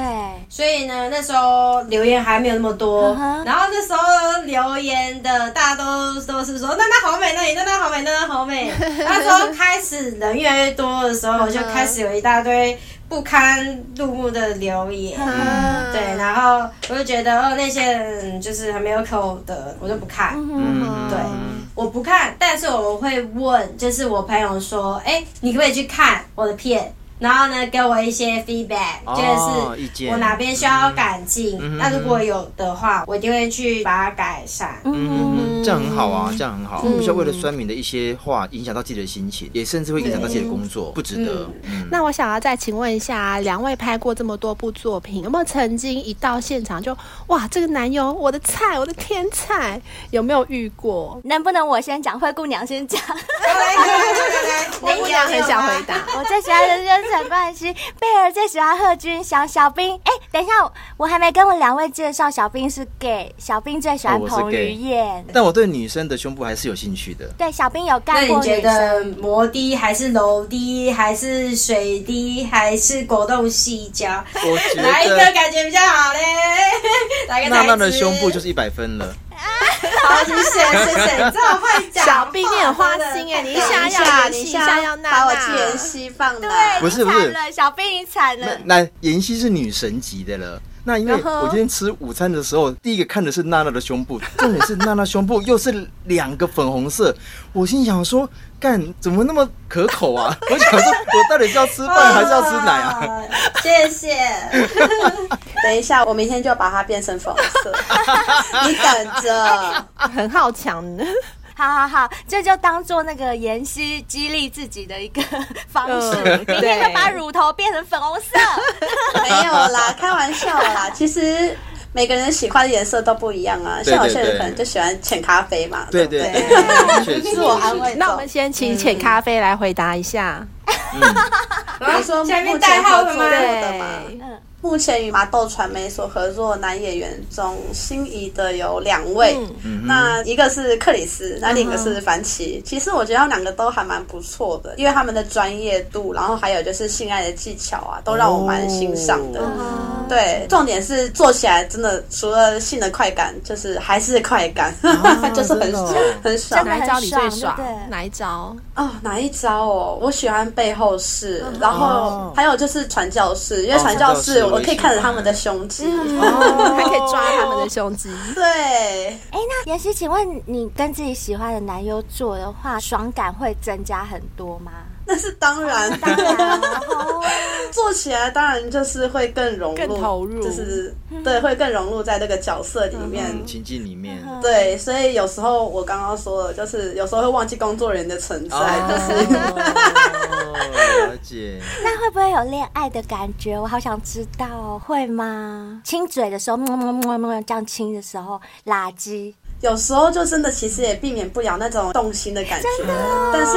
S7: 所以呢，那时候留言还没有那么多
S4: 嗯哼
S7: 然后那时候留言的大家都都是说娜娜好美，那里娜娜好美，娜娜好美。 那时候开始人越来越多的时
S4: 嗯
S7: 候，我就开始有一大堆不堪入目的留言。
S4: 嗯
S7: 对，然后我就觉得哦，那些人就是很没有口德，我就不看。
S5: 嗯，
S7: 对，我不看，但是我会问，就是我朋友说，哎、你可不可以去看我的片？然后呢，给我一些 feedback，、
S5: 哦意
S7: 就是
S5: 见
S7: 我哪边需要改进。
S5: 嗯
S7: 那如果有的话，我一定会去把它改善。
S5: 嗯，这样很好啊，这样很好，不需要为了酸民的一些话影响到自己的心情，也甚至会影响到自己的工作，不值得。嗯，
S3: 那我想要再请问一下，啊两位拍过这么多部作品，有没有曾经一到现场就哇，这个男友，我的菜，我的天菜，有没有遇过？
S4: 能不能我先讲，灰姑娘先讲？
S7: 来来来
S3: 我姑
S7: 啊
S3: 娘很想回答，
S4: 我最喜欢的就是陈冠希，贝尔最喜欢贺军翔，小兵。哎、等一下，我还没跟我两位介绍，小兵是 gay，小兵最喜欢
S5: 哦我是
S4: 彭于
S5: gay
S4: 晏。
S5: 但我对女生的胸部还是有兴趣的。
S4: 对，小兵有
S7: 那
S4: 干
S7: 你
S4: 过
S7: 觉
S4: 女生。
S7: 得摩的还是楼的，还是水滴，还是果冻细胶，
S5: 我觉
S7: 哪一个
S5: 得
S7: 感觉比较好嘞？哪个
S5: 娜
S7: 才
S5: 娜的
S7: 知
S5: 胸部就是一百分了。
S7: 好，你选谁谁， 你这么会讲话，
S3: 小兵你很花心哎、你一下要
S8: 下，
S3: 妍
S8: 你
S3: 希，一下要娜
S8: 把我去
S3: 娜
S8: 妍，希放
S4: 对
S8: 大。，
S5: 不是
S4: 你
S5: 不是
S4: 惨了，小兵你惨了。
S5: 那那妍希是女神级的了，那因为
S3: 然后
S5: 我今天吃午餐的时候，第一个看的是娜娜的胸部，重点是娜娜胸部又是两个粉红色，我心想说，干怎么那么可口啊？我想说，我到底是要吃饭还是要吃奶啊？
S7: 啊？谢 谢。
S8: 哦等一下，我明天就把它变成粉红 色，你等着。
S3: 很好强，
S4: 好好好，这就当做那个妍希激励自己的一个方式。
S3: 嗯
S4: 明天就把
S3: 对
S4: 乳头变成粉红色。
S8: 没有啦，开玩笑啦。其实每个人喜欢的颜色都不一样啊，
S5: 对
S8: 像
S5: 对
S8: 有些人
S5: 对
S8: 可能就喜欢浅咖啡嘛，
S5: 对
S8: 不
S5: 对
S8: 对？
S5: 对，确实
S8: 自。我安慰。
S3: 那我们先请浅咖啡来回答一下。
S8: 比如嗯说
S7: 啊下面
S8: 目
S7: 代
S8: 前
S7: 号
S8: 合
S7: 了
S8: 作
S7: 吗？嗯
S8: 的嘛，目前与麻豆传媒所合作的男演员中，心仪的有两位，
S7: 嗯
S8: 那一个是克里斯，那另一个是凡奇。
S7: 嗯
S8: 其实我觉得他们两个都还蛮不错的，因为他们的专业度，然后还有就是性爱的技巧啊，
S7: 哦
S8: 都让我蛮欣赏的。
S7: 嗯
S8: 对，重点是做起来真的，除了性的快感，就是还是快感， 就是很、
S5: 真的哦
S8: 很爽。
S3: 哪一招你最
S4: 真的很爽对不对
S3: 爽？哪一招？
S8: 哦，哪一招哦？我喜欢背后式，
S3: 嗯
S8: 然后还有就是传教士，因为
S5: 哦
S8: 传教
S5: 传教
S8: 士
S5: 士
S8: 我可以
S5: 我也喜欢
S8: 看着他们的胸肌。
S3: 嗯还可以抓他们的胸肌。
S8: 对，
S4: 哎，那妍希，请问你跟自己喜欢的男优做的话，爽感会增加很多吗？
S8: 那是当然，
S4: 当然哦，
S8: 做起来当然就是会更融入，
S3: 更投入嗯
S8: 就是对，会更融入在这个角色里面。
S5: 嗯情境里面，
S8: 对，所以有时候我刚刚说了，就是有时候会忘记工作人员的存 在，就是
S5: 哦，了解。
S4: 那会不会有恋爱的感觉？我好想知道哦，会吗？亲嘴的时候，么么么么这样亲的时候，垃圾。
S8: 有时候就真的其实也避免不了那种动心的感觉，但是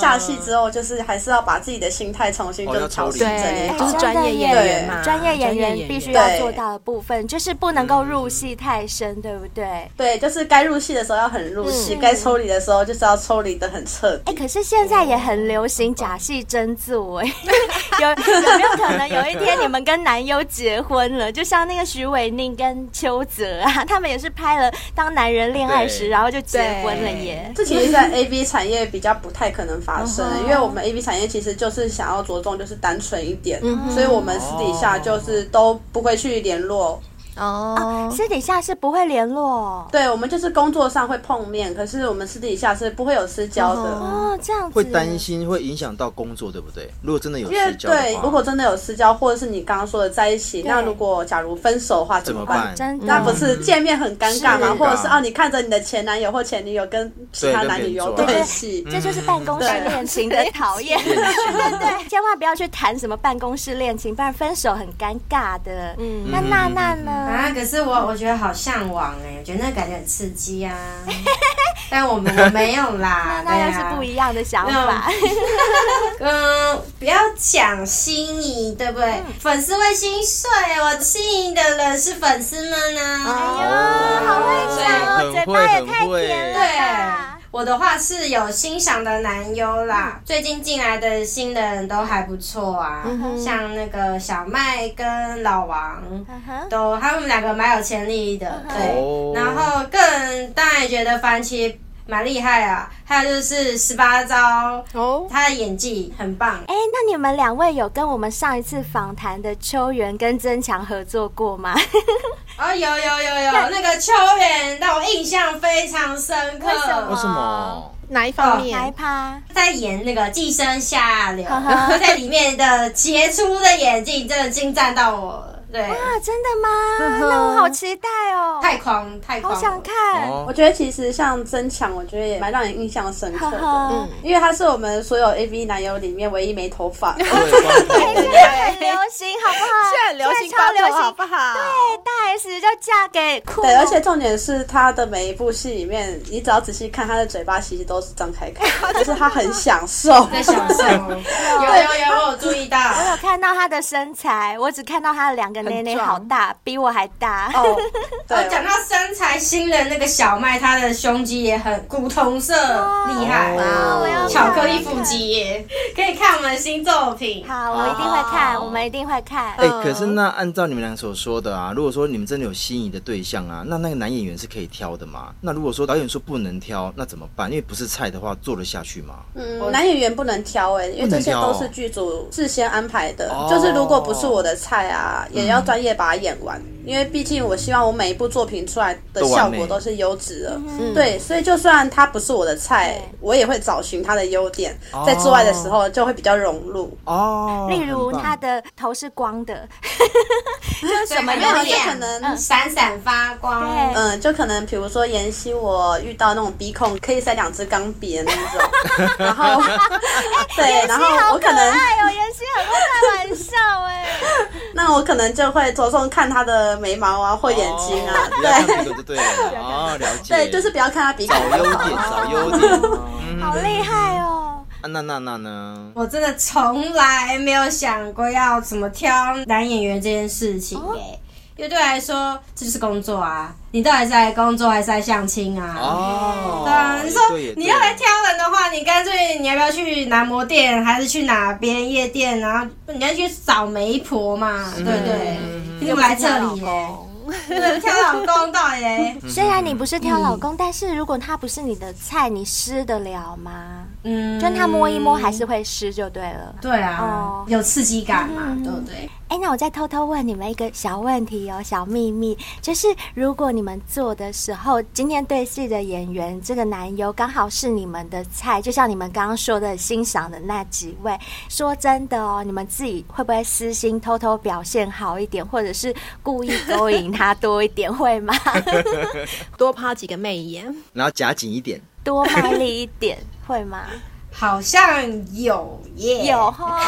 S8: 假戏之后就是还是要把自己的心态重新
S5: 哦
S8: 就
S5: 要
S8: 调
S5: 抽离
S8: 整整
S3: 对，
S8: 理
S3: 哎就
S8: 好
S3: 是。专业演员嘛，
S4: 专哎业演员必须要
S8: 对
S4: 做到的部分，就是不能够入戏太深，对不
S3: 嗯
S4: 对？
S8: 对，就是该入戏的时候要很入戏，该抽离的时候就是要抽离的很彻
S4: 哎、
S8: 底。
S4: 可是现在也很流行假戏真做、哎， 有有没有可能有一天你们跟男优结婚了？就像那个徐伟宁跟邱泽啊， 他们也是拍了《当男人恋爱时》，
S5: 对
S4: 然后就结婚了耶。
S8: 这其实，在 A B 产业比较不太可能发生，因为我们 A B 产业其实就是想要着重就是单纯一点，所以我们私底下就是都不会去联络。
S3: 哦，
S4: 私底下是不会联络哦，
S8: 对，我们就是工作上会碰面，可是我们私底下是不会有私交的。
S4: 哦这样子
S5: 会担心会影响到工作，对不对？如果真的有
S8: 因为
S5: 私交的
S8: 对，
S5: 话，
S8: 如果真的有私交，或者是你刚刚说的在一起，那如果假如分手的话怎
S5: 怎么
S8: 么
S5: 办？
S4: 真的
S8: 那不
S3: 嗯
S8: 是见面很尴尬吗？
S5: 是
S8: 或者是
S5: 尴尬
S8: 啊，你看着你的前男友或前女友跟其他男女友
S5: 对跟别人做嗯
S8: 对戏，
S4: 这就是办公室
S8: 嗯对
S4: 恋情的讨 厌，对对对，千万不要去谈什么办公室恋情，不然分手很尴尬的。嗯，那娜娜
S5: 嗯
S4: 呢？
S7: 啊，可是我我觉得好向往哎、我觉得那感觉很刺 激啊。但我们我没有啦，对
S4: 那又
S7: 啊
S4: 是不一样的想法。
S7: 嗯，不要讲心仪，对不对？
S4: 嗯
S7: 粉丝会心碎，我心仪的人是粉丝们啊呢、
S4: 哎呦，好会想哦，
S5: 很
S4: 嘴
S5: 会
S4: 巴也
S5: 很
S4: 太
S5: 会，
S4: 甜了
S7: 对
S4: 吧。，
S7: 我的话是有欣赏的男优啦，最近进来的新的人都还不错啊，像那个小麦跟老王。
S4: 嗯哼，
S7: 都他们两个蛮有潜力的，对。
S5: 哦
S7: 然后个人当然觉得番茄蛮厉害啊，还有就是十八招，
S3: 哦，
S7: 他的演技很棒。
S4: 哎，那你们两位有跟我们上一次访谈的秋元跟曾强合作过 吗？
S7: 哦，有有有有，那个秋元让我印象非常深刻。
S4: 为什
S5: 为什么？
S3: 哪一方
S4: 哦哪一
S3: 面？
S4: 趴？
S7: 在演那个寄生下流
S4: 呵呵，
S7: 在里面的杰出的演技真的惊赞到我了，对，
S4: 啊，真的吗？那我好期待哦，
S7: 太狂太狂
S4: 好
S7: 了，
S4: 想看。
S5: 哦
S8: 我觉得其实像增强，我觉得也蛮让人印象深刻
S4: 呵
S8: 的，嗯
S4: 呵，
S8: 因为他是我们所有 A V 男友里面唯一没头发。
S5: 对光头
S4: 现在哎很流行，好不 好？
S8: 啊
S3: 现在流行
S4: 超流
S3: 好
S4: 行，
S3: 不好？
S4: 对，大 S 就嫁给酷，
S8: 对，而且重点是他的每一部戏里面，你只要仔细看，他的嘴巴其实都是张开开， 就是他很享受。
S7: 在享受，有 有有，我有注意到，
S4: 我有看到她的身材，我只看到她的两个内内
S3: 壮
S4: 好大，比我还大。
S8: 哦，
S7: 我，
S8: 对
S7: 呃讲到身材新人那个小麦，她的胸肌也很古铜色，厉害，
S4: 我要
S7: 巧巧克力腹肌耶，可以看我们新作品。
S4: 好，我一定会看，我们一定会看。
S5: 哎、可是那按照你们俩所说的啊，如果说你们真的有心仪的对象啊，那那个男演员是可以挑的嘛？那如果说导演说不能挑，那怎么办？因为不是菜的话，做得下去吗？
S8: 嗯，男演员不能挑哎、因为这些都是剧组事先安排的。
S5: 哦嗯
S8: 就是如果不是我的菜啊，也要专业把它演完。因为毕竟我希望我每一部作品出来的
S5: 都
S8: 效
S5: 完美嗯
S8: 果都是优质
S7: 嗯
S8: 的，对，所以就算它不是我的菜，我也会找寻它的优点，在做爱的时候就会比较融入。
S5: 哦，
S4: 例如
S5: 很棒
S4: 他的头是光的，
S7: 就是什么
S8: 没
S7: 有
S8: 有
S7: 嗯
S8: 就可
S7: 点
S8: 能，
S7: 闪闪发光，
S4: 对，
S8: 嗯，就可能比如说妍希，我遇到那种鼻孔可以塞两支钢笔的 那种，然后对，然后我可能
S4: 哎呦，妍希很会开玩笑哎，
S8: 那我可能就会着重看她的眉毛啊或眼睛啊
S5: 哦，不要看这
S8: 对
S5: 个就对了哦，了解，
S8: 对，就是不要看她鼻孔啊
S5: 找。优 点，找优点。嗯
S4: 好厉害哦。
S5: 啊那那那呢？
S7: 我真的从来没有想过要怎么挑男演员这件事情耶、因为对我来说，这就是工作啊！你到底是来工作还是来相亲
S4: 嗯
S7: 啊？
S5: 哦，
S7: 对啊，你说
S5: 也对也对
S7: 你要来挑人的话，你干脆你要不要去男模店，还是去哪边夜店，然后你要去找媒婆嘛，对不对？你怎么来这里耶？对，挑老公到底嘞？
S4: 虽然你不是挑老公，但是如果他不是你的菜，你湿得了吗？
S7: 嗯，
S4: 就他摸一摸还是会湿就对了。
S7: 对啊，
S4: 哦
S7: 有刺激感嘛，对不对？
S4: 哎，那我再偷偷问你们一个小问题哦，小秘密，就是如果你们做的时候，今天对戏的演员这个男优刚好是你们的菜，就像你们刚刚说的欣赏的那几位，说真的哦，你们自己会不会私心偷偷表现好一点，或者是故意勾引他多一点，会吗？
S3: 多抛几个媚眼。
S5: 然后夹紧一点，
S4: 多卖力一点，会吗？
S7: 好像有耶，
S4: 有哈。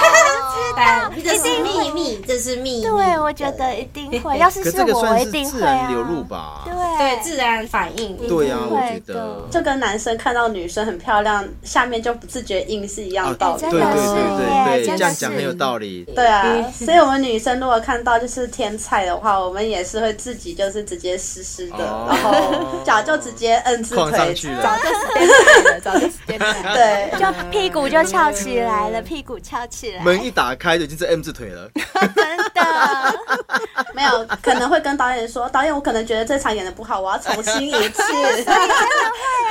S7: 但这是秘密，这是秘密。
S4: 对，我觉得一定会。要是
S5: 可
S4: 是
S5: 这个
S4: 我，我
S5: 算
S4: 一
S5: 是
S4: 定
S5: 自
S4: 会啊。
S5: 然流露吧？
S7: 对
S4: 对
S7: 自然反应。
S5: 对啊，
S4: 一定
S5: 我
S4: 会
S5: 觉
S4: 的
S5: 得
S8: 就跟男生看到女生很漂亮，下面就不自觉硬是一样的
S5: 哦
S8: 道
S5: 对
S4: 真
S8: 理。
S5: 对
S4: 的是
S5: 对对
S4: 耶
S5: 对，
S4: 真的
S5: 这样讲
S4: 是
S5: 很有道理。
S8: 对
S5: 嗯
S8: 啊，所以我们女生如果看到就是天菜的话，我们也是会自己就是直接湿湿的，
S5: 哦
S8: 然后脚就直接摁住
S5: 放上
S8: 腿，
S5: 去
S3: 早
S5: 了，
S3: 就 stand 了，早就 stand 了。
S8: 对，
S4: 就屁股就翘起来了，屁股翘起来，
S5: 门一打开就已经是 M 字腿了。
S4: 真的。
S8: 没有可能会跟导演说，导演我可能觉得这场演的不好，我要重新一次，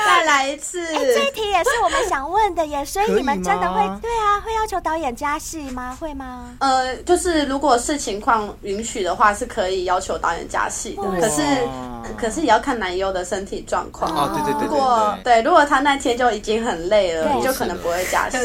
S8: 再来一次。
S4: 这一题也是我们想问的耶，所以
S5: 可以
S4: 你们真的
S5: 吗
S4: 会对啊，会要求导演加戏吗？会吗？
S8: 呃，就是如果是情况允许的话，是可以要求导演加戏的，可是
S5: 哇
S8: 可是也要看男优的身体状况。
S5: 哦，对对对
S8: 如果
S5: 对对。
S8: 对，如果他那天就已经很累了，
S4: 对
S8: 就可能不会加戏。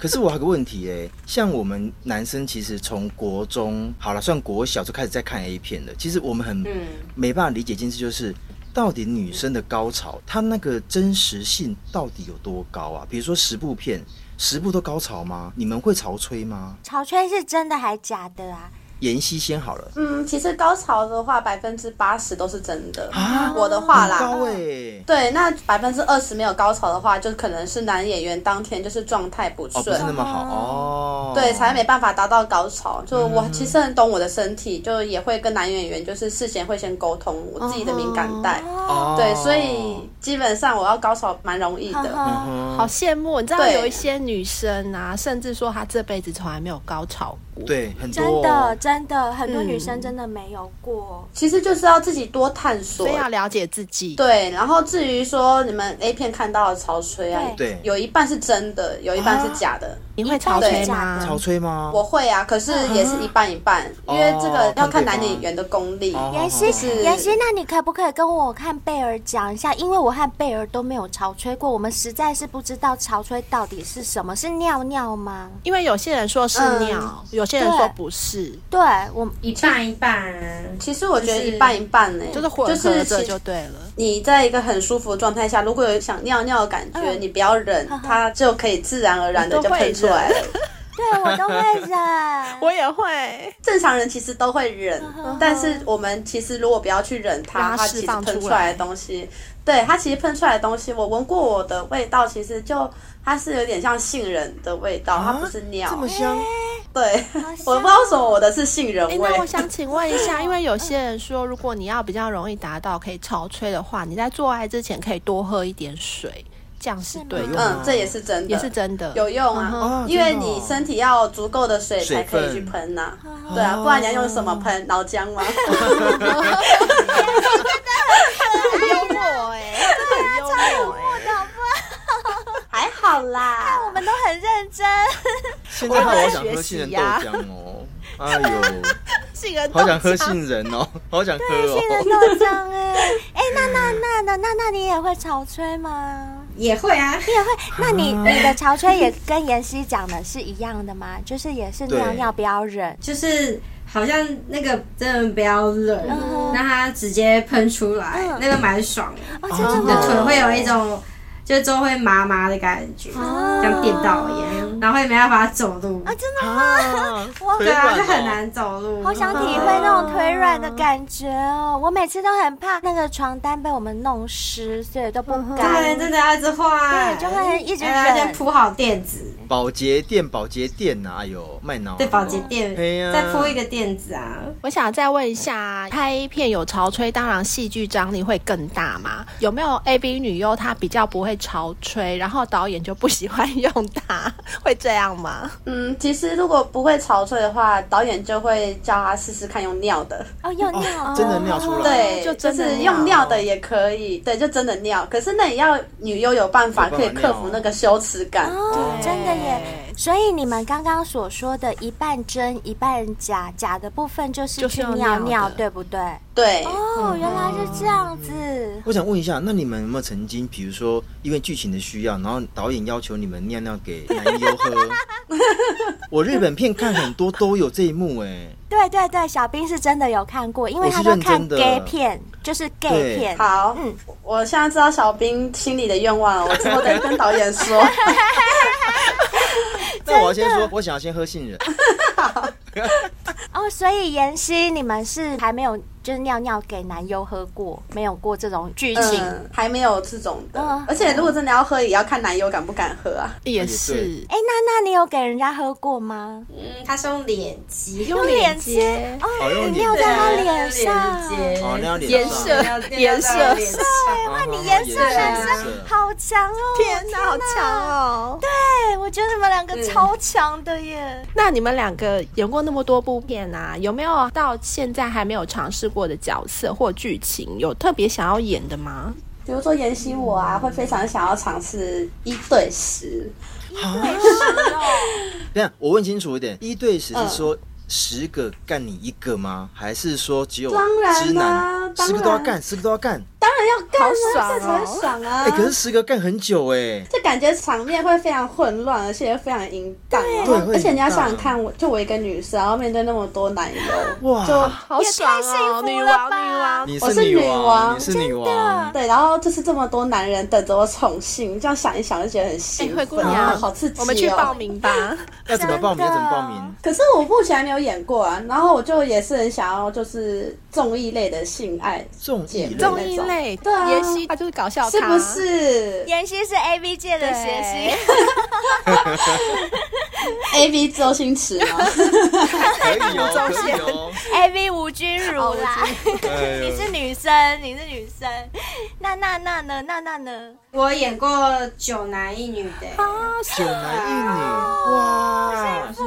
S5: 可是我还有个问题哎、像我们男生其实从国中好了，算国小就开始在看 A 片了。其实我们很
S8: 嗯
S5: 没办法理解一件事，就是到底女生的高潮，她那个真实性到底有多高啊？比如说十部片，十部都高潮吗？你们会潮吹吗？
S4: 曹吹是真的还假的啊？
S5: 妍希先好了，
S8: 嗯，其实高潮的话，百分之八十都是真的。我的话
S5: 啊很
S8: 啦，
S5: 高哎、
S8: 对，那百分之二十没有高潮的话，就可能是男演员当天就是状态不
S5: 哦，不
S8: 顺
S5: 是。那么好哦，
S8: 对，才没办法达到高潮。就
S5: 嗯
S8: 我其实很懂我的身体，就也会跟男演员就是事先会先沟通我自己的敏感带。
S5: 哦，
S8: 对，所以基本上我要高潮蛮容易的。
S4: 嗯
S3: 好羡慕，你知道
S8: 对
S3: 有一些女生啊，甚至说她这辈子从来没有高潮过。
S5: 对很多
S4: 真
S5: 哦
S4: 的真的，很多女生
S3: 嗯
S4: 真的没有过。
S8: 其实就是要自己多探索
S3: 所以。要了解自己。
S8: 对，然后至于说你们 A 片看到的潮吹啊，
S5: 对啊
S8: 有一半是真的，有一半是假的。
S3: 你会潮吹吗？
S5: 潮吹吗？
S8: 我会啊，可是也是一半一半，
S5: 哦
S8: 因为这个要看男演员的功力。
S5: 啊
S4: 妍希
S8: 是，
S4: 妍希，那你可不可以跟我看贝尔讲一下？因为我和贝尔都没有潮吹过，我们实在是不知道潮吹到底是什么，是尿尿 吗？
S3: 因为有些人说是尿，有些人说不是，
S4: 对我
S7: 一半一半，
S8: 其实我觉得一半一半呢、
S3: 就是混合
S8: 就
S3: 着
S8: 是
S3: 就
S8: 其
S3: 对了。
S8: 你在一个很舒服的状态下，如果有想尿尿的感觉，
S3: 嗯
S8: 你不要忍，它就可以自然而然的就喷出来了。
S4: 对我都会 忍，
S3: 我也会，
S8: 正常人其实都会忍，
S3: 嗯
S8: 但是我们其实如果不要去忍它，
S3: 让它
S8: 它
S3: 释
S8: 其实
S3: 放
S8: 喷
S3: 出
S8: 出
S3: 来
S8: 来的东西，对它其实喷出来的东西，我闻过我的味道，其实就它是有点像杏仁的味道，
S3: 啊
S8: 它不是尿。
S5: 啊这么香，
S8: 对， 我不知道为什么我的是杏仁
S3: 哎、
S8: 味。
S3: 那我想请问一下，因 为有些人说，如果你要比较容易达到可以潮吹的话，你在做爱之前可以多喝一点水。这样是对用的
S8: 嗯
S3: 吗，
S8: 这也是真的，
S3: 也是真的。
S8: 有用
S3: 嗯
S8: 啊，
S5: 哼
S8: 因为
S5: 真的哦
S8: 你身体要有足够的水才可以
S5: 水
S8: 去
S5: 分哦
S8: 喷呐、
S3: 嗯
S8: 对啊，不然你要用什么喷？脑浆 吗？
S3: 很幽默哎、真的很幽默哎、
S8: 还好啦，
S4: 我们都很认真，
S5: 现在
S3: 我也
S5: 好
S3: 在
S5: 想
S3: 学
S5: 喝
S3: 习
S5: 杏仁豆
S3: 呀
S5: 浆哦，哎呦，
S3: 杏仁豆
S5: 好想
S3: 浆，
S5: 喝杏仁哦，好想喝
S4: 杏仁
S5: 哦。
S4: 豆浆哎哎，那那那那那那你也会潮吹吗？
S7: 也会啊，
S4: 你也会？那你你的潮吹也跟妍希讲的是一样的吗？就是也是
S5: 对
S4: 尿尿不要忍，啊
S7: 就是好像那个真的不要冷，让它直接喷出来，那个蛮爽的。
S4: 哦，真的
S7: 你的
S4: 吗？
S7: 腿会有一种就是周会麻麻的感觉，像电到一样，然后也没办法走路，
S4: 啊，真的吗？
S5: 啊，
S7: 对
S5: 腿
S7: 啊，
S5: 软
S7: 就
S5: 哦
S7: 很。难走路。嗯
S4: 好想体会那种腿软的感觉哦！我每次都很怕那个床单被我们弄湿，所以都不
S7: 对，
S4: 敢。
S7: 真的要一直换，
S4: 对，就会一直
S7: 哎要先
S4: 忍。
S7: 铺好垫子，
S5: 保洁店，保洁店呐，哎呦，卖脑。
S7: 对，保洁垫
S5: 嘿哎呀，
S7: 再铺一个垫子啊。
S3: 我想再问一下，拍片有潮吹，当然戏剧张力会更大嘛？有没有 A B 女优她比较不会潮吹，然后导演就不喜欢用她， 会这样吗？
S8: 嗯，其实如果不会潮吹的话，导演就会叫他试试看用尿的，
S4: 哦，又尿，
S5: 哦真的尿出来。
S8: 对，
S3: 哦就
S8: 就
S3: 真的
S8: 是
S3: 尿哦
S8: 用尿的也可以，对，就真的尿。可是那也要女优有办法
S5: 有办
S8: 可
S5: 法
S8: 以克服
S5: 尿啊
S8: 那个羞耻感，
S4: 哦，真的耶！所以你们刚刚所说的一半真一半假，假的部分就是
S3: 就是
S4: 去
S3: 要
S4: 尿
S3: 尿
S4: 尿，
S3: 的
S4: 对不对？
S8: 对，
S4: 哦，
S5: 嗯
S4: 原来是这样子。
S5: 我想问一下，那你们有没有曾经，比如说因为剧情的需要，然后导演要求你们尿尿给男优喝？我日本片看很多都有这一幕哎、
S4: 对对对，小兵是真的有看过，因为
S5: 我是
S4: 他都看
S5: 认真的
S4: gay 片，就是 gay
S5: 对
S4: 片。
S8: 好，
S4: 嗯
S8: 我现在知道小兵心里的愿望了，我之后再跟导 演说。
S5: 那我要先说，我想要先喝杏仁。
S4: 哦，所以妍希，你们是还没有就是尿尿给男优喝过，没有过这种剧情。
S8: 嗯，还没有这种的，
S3: 哦
S4: 嗯
S8: 而且如果真的要喝，也要看男友敢不敢喝啊。
S3: 也
S5: 也
S3: 是
S4: 哎、那那你有给人家喝过吗？
S7: 嗯，它是用脸挤，
S3: 用
S4: 脸
S3: 脸
S4: 接
S3: 接，
S5: 好用
S4: 哦，你
S5: 脸
S4: 尿在他
S7: 对
S4: 脸上，
S7: 用脸接
S5: 哦，那要脸
S3: 颜
S5: 上
S3: 色
S7: 要垫到
S3: 颜色
S7: 脸上
S5: 啊
S4: 你
S5: 啊
S4: 颜色
S5: 啊
S7: 人
S5: 颜
S7: 生
S5: 色
S4: 好强哦！
S3: 天哪，好强！哦！
S4: 对，我觉得你们两
S7: 嗯
S4: 个超强的耶。
S3: 那你们两个演过那么多部片啊，有没有到现在还没有尝试过的角色或剧情，有特别想要演的吗？
S8: 比如说妍希我
S3: 嗯
S8: 啊，会非常想要尝试一对十，
S5: 等一下，我问清楚一点，一对十是说十个干你一个吗？还是说只有
S8: 当然
S5: 直
S8: 啦
S5: 男
S8: 当然
S5: 十个都要干，十个都要干？
S8: 当然要干啊，
S3: 好
S8: 这才
S3: 爽哦
S8: 会爽啊。
S5: 哎，可是十个干很久哎，
S8: 就感觉场面会非常混乱，而且非常淫荡。然后
S5: 对会
S8: 而且你要
S5: 淫荡
S8: 想想看，我就我一个女生，然后面对那么多男友，
S5: 哇！
S3: 好
S8: 啊
S3: 爽哦，女王女王，
S5: 你
S8: 我
S5: 是
S8: 是
S5: 女
S8: 女王
S5: 王，你是女王，
S8: 对，然后就是这么多男人等着我宠幸，这样想一想就觉得很
S3: 哎
S8: 幸，
S3: 灰姑
S8: 福，啊
S3: 娘，
S8: 好刺激哦。
S3: 我们去报名吧。
S5: 要怎么报名？
S4: 真
S5: 要
S4: 的
S5: 怎么报名？
S8: 可是我目前还没有演过啊，然后我就也是很想要就是综艺类的性爱，
S5: 综艺
S8: 对
S3: 综
S5: 类，
S3: 艺类，
S8: 对啊
S3: 妍希她就是搞笑
S8: 是
S3: 咖，
S8: 不是
S4: 妍希是 A B 界的学习，
S8: ？A V 周星驰吗？
S5: 可以哦，
S3: 中
S5: 可以
S3: 线
S5: 哦。
S4: A B 吴君如
S3: 哦
S4: 啦。
S5: 哎
S4: 你
S5: 呦
S4: 是女生，你是女生，那那那呢？那那呢？
S7: 我演过九男一女的、
S5: 九男一女，哇！
S7: 那次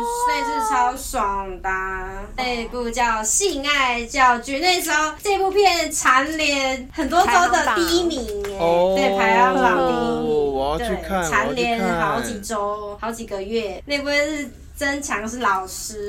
S7: 超爽的啊、那一部叫《性爱教具》，那时候这部片蝉联很多周的第一名耶，
S5: 哦
S7: 对排行榜第一名，
S5: 我要去看
S7: 对，
S5: 我要
S7: 蝉
S5: 去看
S7: 联好几周、好几个月。那部是曾强是老师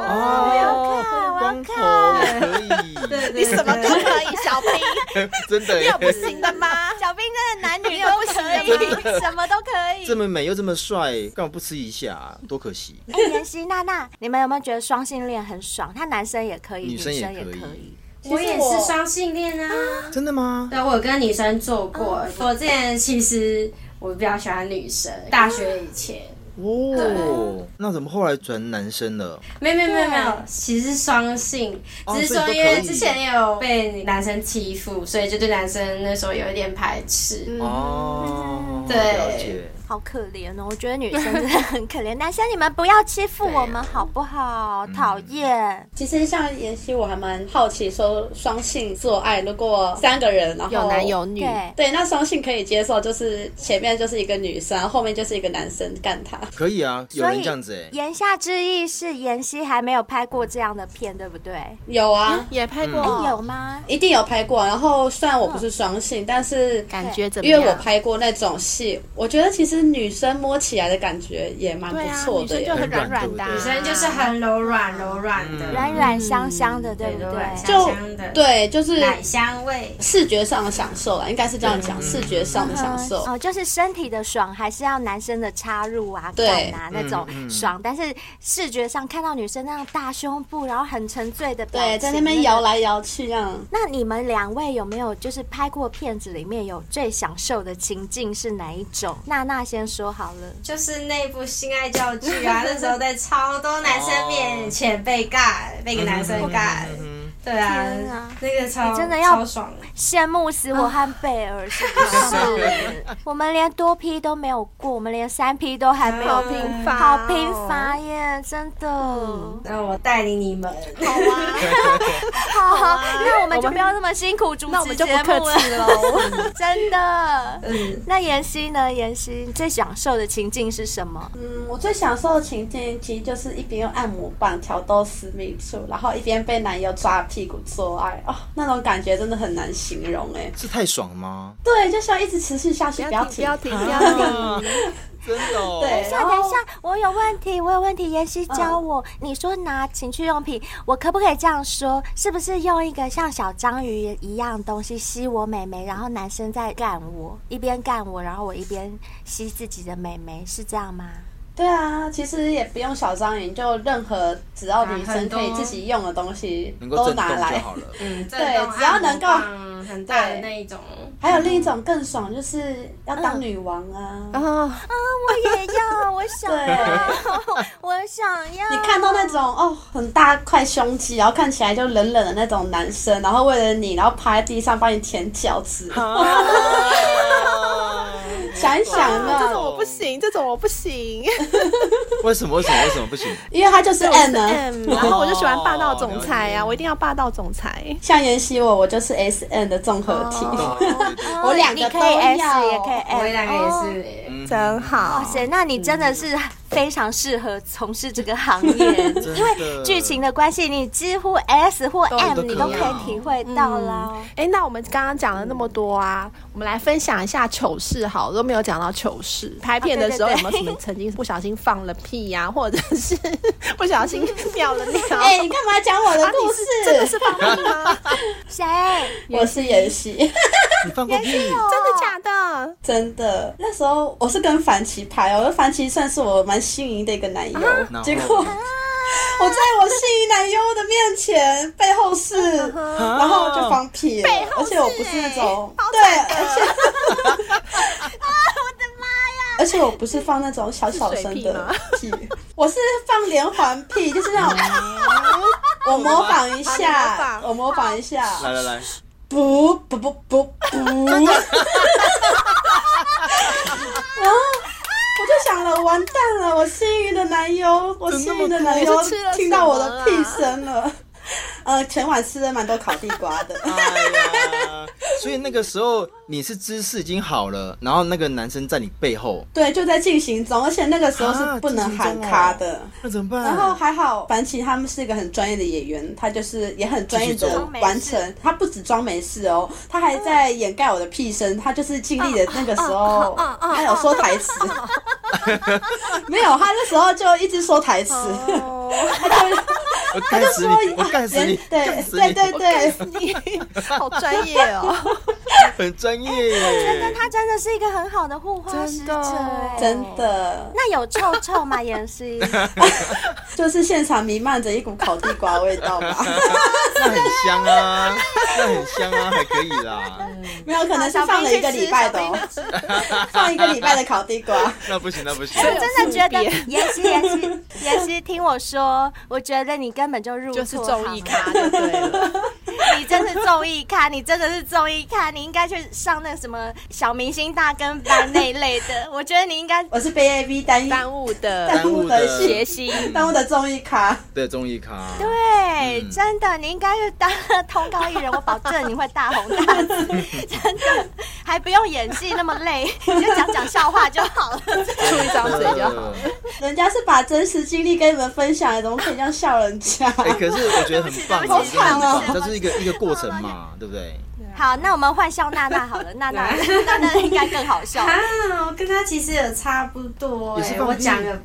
S3: 哦，
S5: 哦，
S4: 我要看
S5: 光头我可
S7: 对
S5: 以，
S7: 对
S3: 你 什么都
S7: 对
S3: 可以，小兵，
S5: 真的
S3: 你有不
S5: 耶，
S3: 行的吗？
S4: 小兵真的男女都可以，什么都可以
S5: 这。么美又这么帅，干嘛不吃一下啊？多可惜。
S4: 哎，妍希、娜娜，你们有没有觉得双性恋很爽？他男生也可以，女
S5: 女生也
S4: 也
S5: 可以
S4: 以。
S7: 我也是双性恋啊。
S5: 真的吗？
S7: 对，我有跟女生做过。我之前其实我比较喜欢女生，大学以前。
S5: 哦，那怎么后来转男生了？
S7: 没有没有没有没有，其实是双性，
S5: 哦
S7: 只是
S5: 所以
S7: 说
S5: 都
S7: 因为
S5: 可以
S7: 之前也有被男生欺
S5: 嗯
S7: 负，所以就对男生那时候有一点排斥。
S5: 哦，
S7: 对
S5: 了解。
S4: 好可怜哦！我觉得女 生真的很可怜，男生你们不要欺负我们好不好？
S5: 嗯
S4: 讨厌，
S8: 其实像妍希，我还蛮好奇说双性做爱，如果三个人，然后
S3: 有男有女，
S4: 对，
S8: 对，那双性可以接受，就是前面就是一个女生，后面就是一个男生干他。
S5: 可以啊，有
S4: 所
S5: 人
S4: 以
S5: 这样子哎、
S4: 言下之意是妍希还没有拍过这样的片，对不对？
S8: 有啊，
S3: 也拍过，
S4: 哎、有吗？
S8: 一定有拍过。然后虽然我不是双性，但是
S3: 感觉怎么
S8: 因为
S3: 样？
S8: 我拍过那种戏，我觉得其实女生摸起来的感觉也蛮
S3: 对
S8: 不
S3: 啊，
S8: 错
S3: 女
S8: 的
S3: 生
S8: 耶。
S3: 就很软软的、
S5: 对
S3: 啊，
S5: 不对
S7: 女生就是很柔软柔软的，
S4: 软软香香的，对不
S7: 柔软
S4: 嗯对？
S7: 香香的，，
S8: 对，就是
S7: 奶香味。
S8: 视觉上的享受啦，应该是这样讲，视觉上的享受。
S4: 哦，就是身体的爽，还是要男生的插入啊、
S8: 对
S4: 干啊那种爽，但是视觉上看到女生那样大胸部，然后很沉醉的表情，
S8: 对，在那边
S4: 个
S8: 摇来摇去这样。
S4: 那你们两位有没有就是拍过片子里面有最享受的情境是哪一种？娜娜先说好了。
S7: 就是那部性爱教具啊，那时候在超多男生面前被干，被一个男生干，
S5: 哦嗯
S7: 对啊
S4: 天啊，
S7: 那个超
S4: 你真的要
S7: 超爽，
S4: 羡慕死我和贝尔是不是？ 我们连多 P 都没有过，我们连三 P 都还没有
S7: 好贫
S3: 乏
S4: 好
S3: 哦
S4: 贫乏耶，真的。
S7: 那我带领你们，
S4: 好好，那我们就不要那么辛苦主
S3: 那我
S4: 持
S3: 们就不
S4: 节目
S3: 客气
S7: 哦
S4: 了，真的。
S7: 嗯，
S4: 那妍希呢？妍希你最享受的情境是什么？
S8: 嗯，我最享受的情境其实就是一边用按摩棒挑逗私密处，然后一边被男友抓屁股做爱，哦，那种感觉真的很难形容哎。
S5: 是太爽吗？
S8: 对，就需要一直持续下去，
S3: 不
S8: 不
S3: 要
S8: 要
S3: 停，
S8: 停。
S3: 不要停，不要停。
S5: 真的哦，
S8: 对，
S4: 等一
S8: 然
S4: 下，
S8: 后
S4: 等一下，我有嗯问题，我有问题。妍希教我，你说拿情趣用品，我可不可以这样说？是不是用一个像小章鱼一样的东西吸我美眉，然后男生在干我，一边干我，然后我一边吸自己的美眉，是这样吗？
S8: 对啊，其实也不用小张眼，就任何只要女
S7: 啊很
S8: 生
S7: 多
S8: 可以自己用的东西
S5: 能够
S8: 都
S5: 震动
S8: 拿
S5: 就
S8: 来。
S5: 好了。
S7: 震动
S8: 只要能够
S7: 按摩棒很大的那一种，
S8: 还有另一种更爽，就是要当女王啊！
S3: 哦，
S4: 我也要，我想要，我想要。
S8: 你看到那种哦很大块胸肌，然后看起来就冷冷的那种男生，然后为了你，然后趴在地上帮你舔脚趾， 想一
S5: 啊
S8: 想
S3: 这种
S8: 呢，
S3: 我不行，这种我不行，
S5: 为什么？为什么？为什么不行？
S8: 因为他就是 M 啊。
S3: 嗯， 然后我就喜欢霸道总裁啊，我一定要霸道总裁。
S8: 像妍希我，我就是 S N 的综合体，
S5: 哦
S8: 我两
S4: 你
S8: 个
S4: 可
S8: 都
S4: 以 S
S8: 要，
S4: 也可以
S7: 我
S4: S。
S7: 两个也是。
S5: 嗯
S3: 真好
S4: 哇，塞，那你真的是非常适合从事这个行 业，因为剧情的关系，你几乎 S 或 M
S5: 都
S4: 你都可
S5: 可以
S4: 以体会到啦。
S3: 哎、那我们刚刚讲了那么多啊，我们来分享一下糗事好了，都没有讲到糗事。拍片的时候
S4: 啊
S3: 有没
S4: 对对
S3: 有
S4: 对
S3: 什么曾经不小心放了屁呀、或者是 不小心尿了尿？
S8: 哎、你干嘛讲我的
S3: 啊
S8: 故
S3: 你
S8: 事
S3: 是？真的 是放屁吗？
S4: 谁？
S8: 我是妍希，
S5: 你放过屁？
S4: 啊
S3: 真的假的？
S8: 真的。那时候我是跟凡奇拍哦，我跟凡奇算是我蛮心仪的一个男友，
S5: 啊然后
S8: 结果。
S3: 啊
S8: 我在我心仪男优的面前背后是，
S3: 嗯
S5: 啊
S8: 然后就放屁了，而且我不是那种对，而且 啊，我的妈呀！而且我不是放那种小小声的屁，我是放连环屁，就是那 种，我模仿一下，我啊模仿一啊下，
S5: 来来来，
S8: 不不不不啊不，然后我就想了，完蛋了，我心仪的男友，我心仪的男友
S3: 你是吃了
S8: 听到我
S3: 什么
S8: 的
S3: 啊
S8: 屁声了。呃，前晚吃了蛮多烤地瓜的，啊
S5: 哎呀，所以那个时候你是姿势已经好了，然后那个男生在你背后，
S8: 对，就在进行中，而且那个时候
S5: 啊
S8: 是不能
S5: 进行
S8: 喊
S5: 中哦
S8: 卡的。
S4: 啊
S5: 那怎么办？
S8: 然后还好，樊奇他们是一个很专业的演员，他就是也很专业
S5: 继续
S8: 的
S5: 装
S4: 没事
S8: 完成。他不止装没事哦，他还在掩盖我的屁声，他就是尽力的那个时候，他有说台词。没有，他那时候就一直说台词，
S4: 哦
S8: 他就
S5: 我干死你！我干死
S8: 连
S5: 你！
S8: 对
S5: 干死
S8: 对
S5: 你
S8: 对对，
S3: 好专业哦！
S5: 很专业耶。
S4: 他真的是一个很好的护花使者、哎
S8: 真。的
S4: 那有臭臭吗？妍希，
S8: 就是现场弥漫着一股烤地瓜味道吧。
S5: 那很香啊，那很香啊，还可以啦。
S8: 没有，可能是放了一个礼拜的、哦，放一个礼拜的烤地瓜。
S5: 那不行，那不行。
S4: 我真的觉得
S3: 有
S4: 妍希，妍希，妍希，听我说，我觉得你根本就入
S3: 就是
S4: 错
S3: 综
S4: 行
S3: 艺
S4: 了
S3: 咖就对了，
S4: 你真是综艺咖，你真的是综艺咖，你应该去上那个什么小明星大跟班那一类的。我觉得你应该
S8: 我是被 A B 单一
S3: 耽误的
S5: 耽
S8: 耽
S5: 误
S8: 误
S5: 的
S8: 的
S3: 谐
S8: 戏，
S3: 星，
S8: 耽误的综艺咖。
S5: 对综艺咖，
S8: 啊
S4: 对，
S5: 嗯
S4: 真的，你应该是当通告艺人，我保证你会大红大紫，真的，还不用演戏那么累，你就讲讲笑话就好了。
S3: 出一张嘴就好。
S8: 人家是把真实经历跟你们分享，怎么可以这样笑人家？
S5: 哎、可是我觉得很棒，
S4: 对不
S8: 起对不起好惨哦
S5: 这是一个一个过程嘛，对不对？
S4: 好，那我们换笑娜娜好了，娜娜娜娜应该更好笑。
S7: 啊，我跟他其实也差不多
S5: 也
S7: 哎、
S5: 是放屁嗯
S7: 我讲的，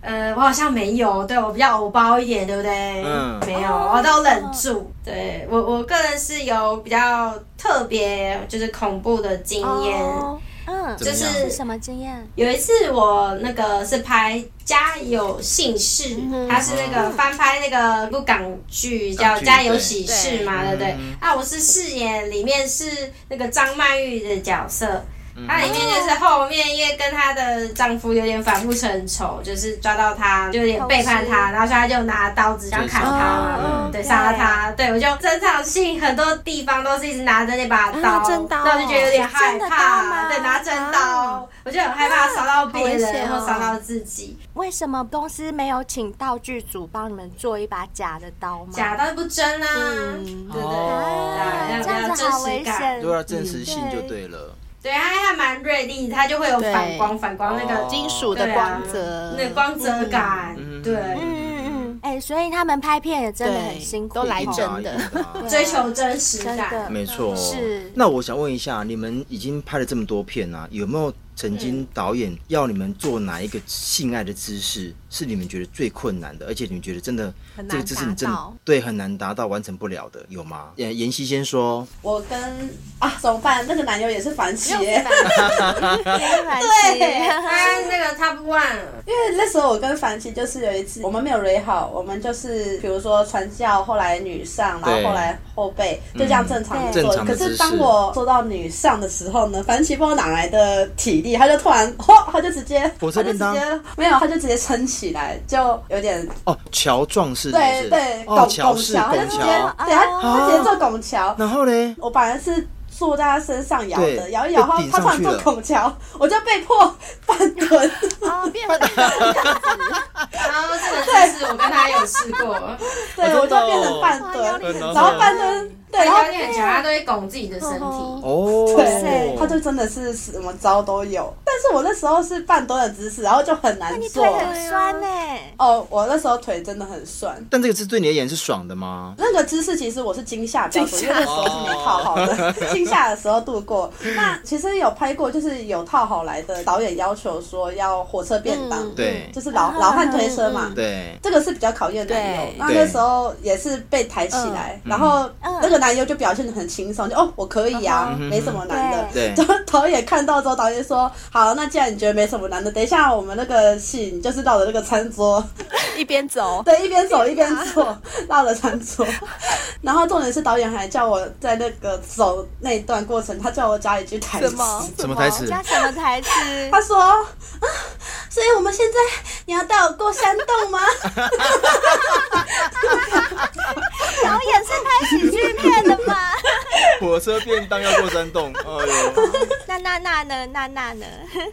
S7: 呃，我好像没有，对我比较偶包一点，对不对？
S5: 嗯
S7: 没有，我都忍住。对我，我个人是有比较特别，就是恐怖的 经验。
S4: 哦嗯，
S5: 怎么样
S4: 是什么经验？
S7: 有一次我那个是拍《家有姓氏》，它是那个翻拍那个一部港剧叫
S5: 哦港
S7: 《
S5: 剧
S7: 家有喜事》嘛，对
S5: 对
S7: 不对
S5: 嗯？
S7: 啊，我是饰演里面是那个张曼玉的角色。
S5: 嗯
S7: 她里面就是后面因为跟她的丈夫有点反目成仇，就是抓到她就有点背叛她，然后所以她就拿刀子想砍她嘛，
S5: 哦
S7: 对，杀了她。对我就整场戏很多地方都是一直拿着那把刀，
S3: 啊真刀哦
S7: 那我就觉得有点害
S4: 真的刀
S7: 怕，
S4: 吗
S7: 对，拿真刀。
S3: 啊
S7: 我就很害怕伤到别
S3: 好危险
S7: 人
S3: 哦
S7: 或伤到自己，
S4: 为什么公司没有请道具组帮你们做一把假的刀吗？
S7: 假到不真啦、
S4: 嗯
S7: 对不对？
S5: 哦
S4: 啊，
S7: 要
S4: 这样
S7: 要
S4: 子
S7: 真
S4: 好危
S7: 实感，
S4: 险。
S5: 对啊，真实
S8: 嗯
S5: 性就对了。
S7: 对，它还蛮锐利，它就会有反光，反光那
S5: 哦
S7: 个
S3: 金属的
S7: 对啊
S3: 光泽，
S7: 那光泽感
S5: 嗯，
S7: 对，
S4: 嗯嗯嗯，哎，所以他们拍片也真的很
S3: 对
S4: 辛苦，
S3: 都来
S5: 一定
S3: 真
S5: 啊
S3: 的啊
S5: 一定啊
S4: 对
S7: 追求真实
S4: 真
S7: 感。
S4: 的
S5: 没错。
S4: 是
S5: 那我想问一下，你们已经拍了这么多片啊，有没有曾
S3: 嗯
S5: 经导演要你们做哪一个性爱的姿势是你们觉得最困难的，而且你们觉得真的
S3: 很
S5: 这
S3: 难
S5: 个姿势你真
S3: 达到
S5: 的对很难达到、完成不了的，有吗？呃，妍希先说，
S8: 我跟啊怎么办？那个男友也是反
S3: 没有
S8: 耶。
S7: 对，它啊那个 Top One， 啊
S8: 因为那时候我跟凡琪就是有一次，我们没有 r 好，我们就是比如说传教，后来女上，然
S5: 对
S8: 后后来后背，就这样正常的做
S5: 嗯正。常的
S8: 可
S5: 姿势
S8: 是当我做到女上的时候呢，凡琪不知道哪来的体力，他就突然嚯，他就直接，
S5: 火车便
S8: 他就直
S5: 当
S8: 接没有，他就直接撑起来，就有点
S5: 哦，桥状式是不
S8: 对
S5: 是？
S8: 对
S5: 哦，
S8: 拱
S5: 桥哦
S8: 拱
S5: 式
S8: 桥，他就
S5: 拱
S8: 直接
S5: 桥。
S8: 对他他直接做拱桥，
S5: 然后
S3: 嗯
S5: 呢？
S8: 我本来是坐在他身上摇的，
S5: 对
S8: 摇一摇，他
S5: 被顶
S8: 他突
S5: 上
S8: 然
S5: 去
S8: 做
S5: 了
S8: 拱桥，我就被迫 翻滚。
S4: 哦
S3: 啊，变成这样子，
S7: 然后这个姿势我跟他有试过，
S8: 对，
S5: 真
S8: 我
S5: 的
S8: 就
S5: 哦
S8: 变成半
S3: 哇
S8: 蹲，
S5: 然
S8: 然后半蹲，对，
S7: 嗯他
S8: 然后
S7: 有点强，他都会拱自己的身体。
S5: 哦，
S8: 对，他就真的是什么招都有。但是我那时候是半蹲的姿势，然后就很难
S4: 你腿
S8: 做。
S4: 很酸欸呢。
S8: 哦，我那时候腿真的很酸。
S5: 但这个是对你而言是爽的吗？
S8: 那个姿势其实我是惊吓比较多，因
S3: 惊
S8: 为
S3: 吓哦
S8: 那时候是没套好的， 惊吓的时候度过。那其实有拍过，就是有套好来的导演要求说要火车便当，
S3: 嗯
S5: 对
S8: 就是老老汉推车嘛，
S5: 对，
S8: 这个是比较考验男友
S3: 对。嗯
S8: 那那时候也是被抬起来，然后那个男优就表现的很轻松，就哦我可以啊，没什么难的。
S5: 对
S8: 然后导演看到之后，导演说：“好，那既然你觉得没什么难的，等一下我们那个戏你就是绕着那个餐桌，
S3: 一边走， 啊
S8: 对，一边走一边做，绕着餐桌。 然后重点是导演还叫我在那个走那一段过程，他叫我加一句台
S3: 什
S8: 词，
S3: 么
S5: 什么台词？
S4: 加什么台词？
S8: 他说：啊，所以我们现在你要带我过山洞吗？”
S4: 导演是拍喜剧片的 吗？
S5: 火车便当要过山洞，哎
S4: 那那那呢？那那呢？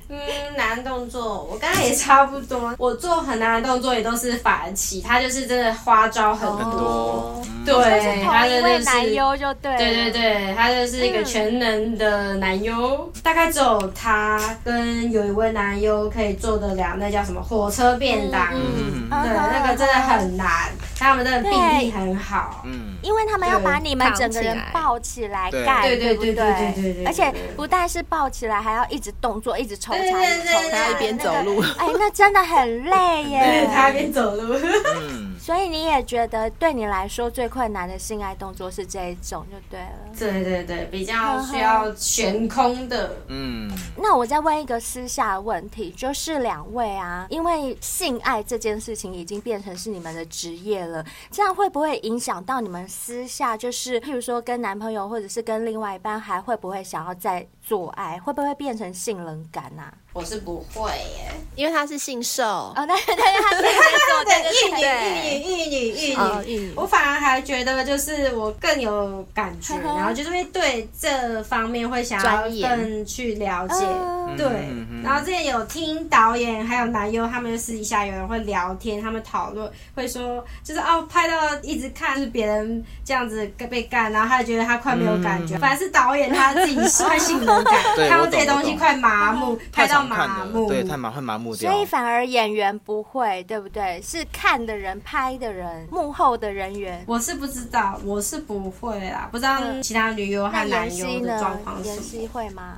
S7: 嗯，难动作我刚才也差不多，我做很难的动作也都是反起，他就是真的花招很
S5: 呦，很
S7: 多，
S5: 多。嗯
S7: 对，他
S4: 同一
S7: 真
S4: 位
S7: 的
S4: 男
S7: 是。
S4: 优就对了。
S7: 对对对，哎他就是一个全能的男优，大概只有他跟有一位男优可以做得了，那叫什么火车便当。
S5: 嗯
S4: 嗯
S7: 对，那个真的很难，他们的比例很好。
S5: 嗯，
S4: 因为他们要把你们整个人抱起来盖，
S7: 对
S4: 对不
S7: 对对对对对对
S4: 而且不但是抱起来，还要一直动作，一直抽插，
S7: 对
S4: 一
S7: 对对
S4: 直抽
S7: 对
S4: 插
S7: 对
S3: 一边走路，
S4: 哎，那真的很累
S7: 对，
S4: 耶。
S7: 他一边走路。
S5: 嗯，
S4: 所以你也觉得对你来说最困难的性爱动作是这一种，就对了。
S7: 对对对，比较需要悬空的。
S5: 嗯，
S4: 那我再问一个私下的问题，就是两位啊，因为性爱这件事情已经变成是你们的职业了，这样会不会影响到你们私下，就是譬如说跟男朋友或者是跟另外一半，还会不会想要再做爱，会不会变成性冷感啊？
S7: 我是不会耶。
S3: 因为他是姓寿，
S4: 哦，那 那他是在做这
S7: 对
S4: 个
S7: 一
S4: 事
S7: 女一女一女
S3: 哦
S7: 一
S3: 一
S7: 女
S3: 女，
S7: 我反而还觉得就是我更有感觉，
S4: 呵呵
S7: 然后就是会对这方面会想要
S3: 专业
S7: 更去了解。
S4: 嗯
S7: 对
S5: 嗯嗯，
S7: 然后之前有听导演还有男优他们私底下有人会聊天，他们讨论会说，就是哦拍到一直看就是别人这样子被干，然后他就觉得他快没有感觉，
S5: 嗯
S7: 反而是导演他自己快性能感，
S5: 对
S7: 看
S5: 我
S7: 到这些
S5: 懂我
S7: 东西
S5: 懂
S7: 快麻木，拍
S5: 太
S7: 到
S5: 常看
S7: 麻
S5: 了，
S7: 木，
S5: 对，太麻会麻木掉
S4: 所。以反而演员不会，对不对？是看的人、拍的人、幕后的人员。
S7: 我是不知道，我是不会啦，不知道
S4: 嗯
S7: 其他女优
S4: 那
S7: 和
S4: 妍
S7: 男优
S4: 希
S7: 的状
S4: 呢？
S7: 况
S4: 妍
S7: 是什么。
S4: 希会吗？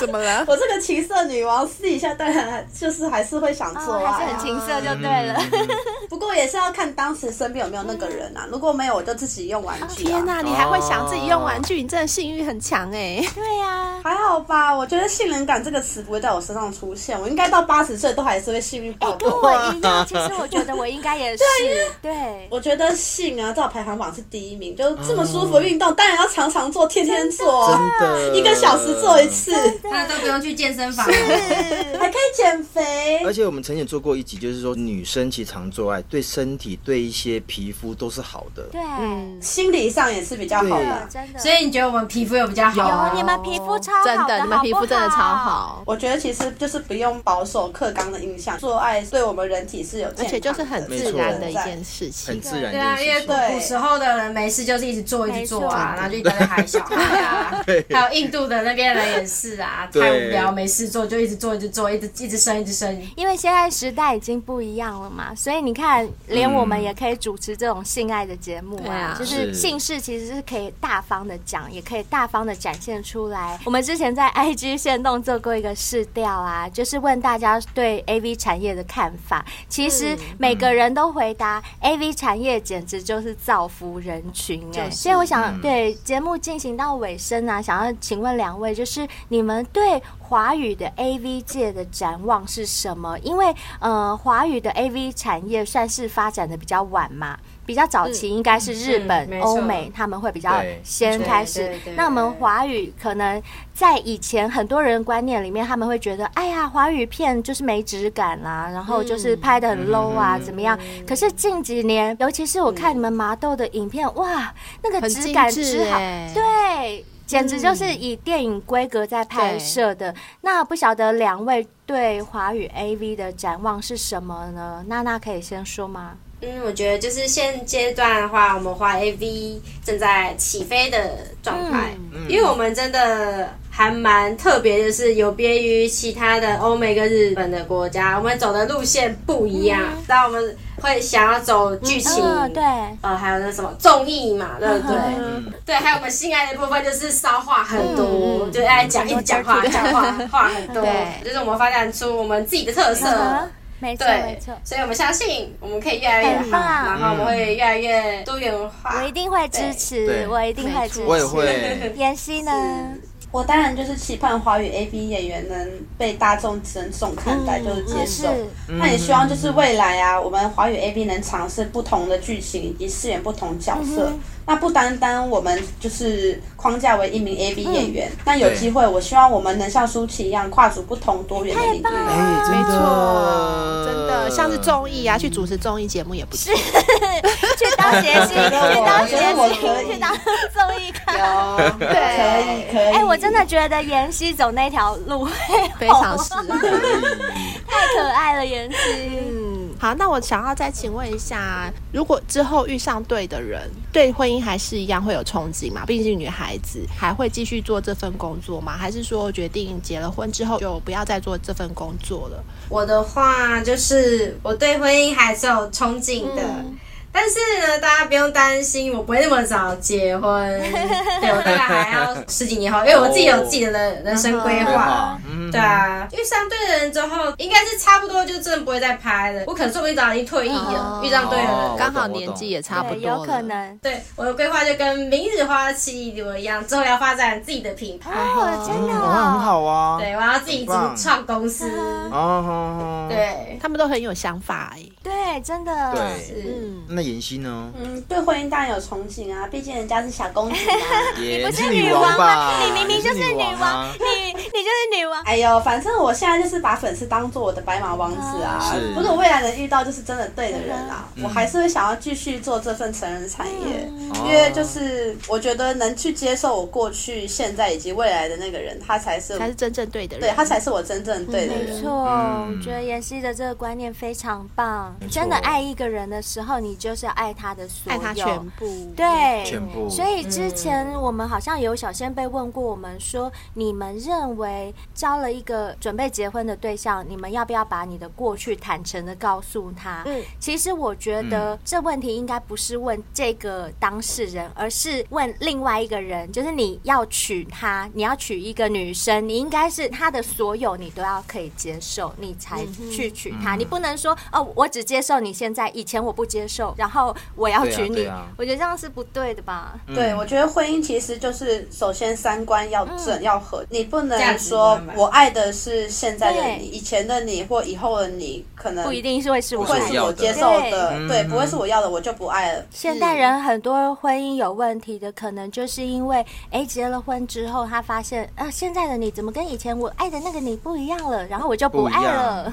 S3: 怎么了？
S8: 我这个情色女王私底下当然就是还是会想做
S4: 哦，
S8: 爱、啊，
S4: 还是很情色就
S5: 嗯
S4: 对了。
S8: 不过也是要看当时身边有没有那个人啊。如果没有，我就自己用玩
S3: 哦
S8: 具、啊。
S3: 天哪、你还会想自己用玩具，你真的性欲很强哎、
S4: 对呀，
S8: 还好吧，我觉得性能感这个词不会在我身上出现，我应该到八十岁都还是会性欲
S3: 哦
S8: 爆
S4: 跟
S8: 棚。
S4: 哦我 一样。啊其实我觉得我应该也是，
S3: 啊
S4: 对。
S8: 我觉得性啊，在我排行榜是第一名，就是这么舒服的运动，当然要常常做，天天做，啊
S5: 真 的，
S8: 一个小时做一，次，
S7: 那都不用去健身房，
S8: 还可以减肥。
S5: 而且我们曾经做过一集，就是说女生其实常做爱，对身体、对一些皮肤都是好的。
S4: 对，
S3: 嗯
S8: 心理上也是比较好
S5: 对
S8: 的。
S4: 真的。
S7: 所以你觉得我们皮肤有比较好
S4: 有
S7: 吗？
S4: 你们皮肤超好
S3: 真
S4: 的
S3: 的，你们皮肤真的超
S4: 好
S3: 好，
S8: 我觉得其实就是不用保守克刚的印象，做爱对我们人体是有健康
S3: 而
S8: 的
S3: 且就是很
S5: 没
S3: 自
S5: 错
S3: 然的一件事情
S5: 很。自然
S7: 对啊，
S5: 的一
S7: 因
S5: 件
S7: 为
S5: 事
S7: 古
S5: 情。
S8: 对
S7: 古时候的人没事就是一直做，一直做
S4: 没
S7: 啊，
S4: 错
S7: 然后就一直在海小孩啊，
S5: 对
S7: 还有印度的那边人也是啊，
S5: 对
S7: 太无聊没事做就一直做，一直做，一直一直生，一直生。
S4: 因为现在时代已经不一样了嘛，所以你看，连我们也可以主持这种性爱的节目
S3: 对
S4: 啊
S3: 啊，
S4: 就
S5: 是
S4: 是性事其实是可以大方的讲，也可以大方的展现出来。我们之前在 IG 线动做过一个试调啊，就是问大家对 AV 产业的看法，其
S3: 嗯
S4: 实每个人都回答 AV 产业简直就是造福人群哎、
S3: 就是
S4: 所以我想
S5: 嗯
S4: 对节目进行到尾声啊，想要请问两位，就是你们对华语的 AV 界的展望是什么？因为呃，华语的 AV 产业算是发展的比较晚嘛，比较早期应该是日
S7: 嗯
S4: 本、
S7: 没错
S4: 欧美他们会比较
S5: 对
S4: 先开
S7: 对
S4: 始
S7: 对对。
S4: 那我们华语可能在以前很多人观念里面，他们会觉得，哎呀，华语片就是没质感啦、然
S7: 嗯
S4: 后就是拍的很 low
S5: 嗯
S4: 啊，怎么样？可是近几年，尤其是我
S7: 嗯
S4: 看你们麻豆的影片，哇，那个
S3: 很
S4: 质
S3: 精
S4: 感
S3: 致
S4: 之好，
S3: 欸
S4: 对。简直就是以电影规格在拍摄的。那不晓得两位对华语 AV 的展望是什么呢？娜娜可以先说吗？
S7: 嗯，我觉得就是现阶段的话，我们华 A V 正在起飞的状态，因为我们真的还蛮特别，就是有别于其他的欧美跟日本的国家，我们走的路线不一样，但我们会想要走剧情。
S4: 嗯，对，
S7: 呃，还有那什么综艺嘛，对不对？
S5: 嗯
S7: 对，还有我们性爱的部分就是骚话很
S4: 嗯
S7: 多，就爱讲一直讲话，
S3: 嗯
S7: 讲话话很多，
S3: 对
S7: 就是我们发展出我们自己的特色。
S4: 嗯没错没
S7: 对
S4: 错，，
S7: 所以我们相信我们可以越来越
S4: 很
S7: 好，
S4: 棒嗯
S7: 然后我们会越来越多元化。
S4: 我一定会支持
S5: 对，
S4: 我一定会支持。
S5: 我也。会，
S4: 妍希呢？
S8: 我当然就是期盼华语 A B 演员能被大众尊重看
S3: 嗯
S8: 待，就是接
S4: 是
S8: 受。那也希望就是未来啊，我们华语 A B 能尝试不同的剧情以及饰演不同角
S3: 嗯
S8: 色。那不单单我们就是框架为一名 A B 演
S3: 嗯
S8: 员，那有机会，我希望我们能像舒淇一样跨足不同多元的领域。
S5: 哎，真的，
S3: 真的，哦像是综艺啊，去主持综艺节目也不错。
S4: 去当谐星，去当谐
S8: 我觉得我可
S4: 星，
S8: 以
S4: 去当综艺咖。
S8: 有， 可以可以。
S4: 哎、我真的觉得妍希走那条路
S3: 非常适合。
S4: 太可爱了，妍希。
S3: 嗯，好，那我想要再请问一下，如果之后遇上对的人，对婚姻还是一样会有憧憬吗？毕竟女孩子还会继续做这份工作吗？还是说决定结了婚之后就不要再做这份工作了？
S7: 我的话就是我对婚姻还是有憧憬的。
S4: 嗯
S7: 但是呢，大家不用担心，我不会那么早结婚。 对我大概还要十几年后，因为我自己有自己的人人生规
S5: 对
S7: 划
S5: 吧。嗯
S7: 对啊，遇上对的人之后，应该是差不多就真的不会再拍了。我可能说不定早已经退役了，遇上对的人
S5: 哦。
S3: 刚好年纪也差不
S4: 对，
S3: 多
S4: 有可
S3: 了。
S4: 能。
S7: 对，我的规划就跟明日花期我一样，之后要发展自己的品牌，
S4: 哦，真的
S5: 哦，那很
S4: 哦，
S5: 好啊。
S7: 对，我要自己
S5: 很
S7: 主
S5: 棒
S7: 创公司，
S5: 啊哈哈，
S7: 对，
S3: 他们都很有想法哎，
S4: 对，真的，
S5: 对。
S7: 是，
S3: 嗯，
S5: 那妍希呢？
S8: 嗯，对婚姻当然有憧憬啊，毕竟人家是小公主啊。
S5: 你
S4: 不是
S5: 女
S4: 女王
S5: 吧？
S4: 你明明就是是女王
S5: 啊，
S4: 你你就是女王。
S8: 哎呦，反正我现在就是把粉丝当做我的白马王子啊
S5: 是。
S8: 如果未来能遇到就是真的对的人啊，我还是会想要继续做这份成人产业，
S5: 嗯哦
S8: 因为
S5: 啊
S8: 就是啊我觉得能去接受我过去、现在以及未来的那个人，他才是
S3: 才是真正对的人。
S8: 对他才是我真正对的
S4: 没
S8: 人。
S4: 错，
S5: 嗯
S4: 我觉得妍希的这个观念非常棒
S5: 没。错
S4: 真的爱一个人的时候，你就是要爱他的所
S3: 爱
S4: 有，
S3: 他全部。
S4: 对，
S5: 全部
S4: 所以之前我们好像有小先辈问过我们说，你们认为交了一个准备结婚的对象，你们要不要把你的过去坦诚的告诉他？
S3: 嗯
S4: 其实我觉得这问题应该不是问这个当事人，而是问另外一个人，就是你要娶她，你要娶一个女生，你应该是她的所有你都要可以接受，你才去娶她。你不能说哦，我只接受你现在，以前我不接受，然后我要
S5: 对啊
S4: 娶你，
S5: 对啊
S4: 我觉得这样是不对的吧？
S8: 对，我觉得婚姻其实就是首先三观要正、
S4: 嗯
S8: 要合，你不
S7: 价
S8: 能
S7: 值
S8: 说
S7: 观吧
S8: 我爱的是现在的
S4: 对
S8: 你、以前的你或以后的你，可能
S4: 不一定是会是我
S8: 会
S4: 爱
S8: 是
S4: 的。
S8: 我接受的，
S5: 对
S8: 对，
S5: 嗯
S8: 不会是我要的，我就不爱了。
S4: 现代人很多婚姻有问题的，可能就是因为哎结了婚之后，他发现啊、现在的你怎么跟以前我爱的那个你不一样了，然后我就不爱 了，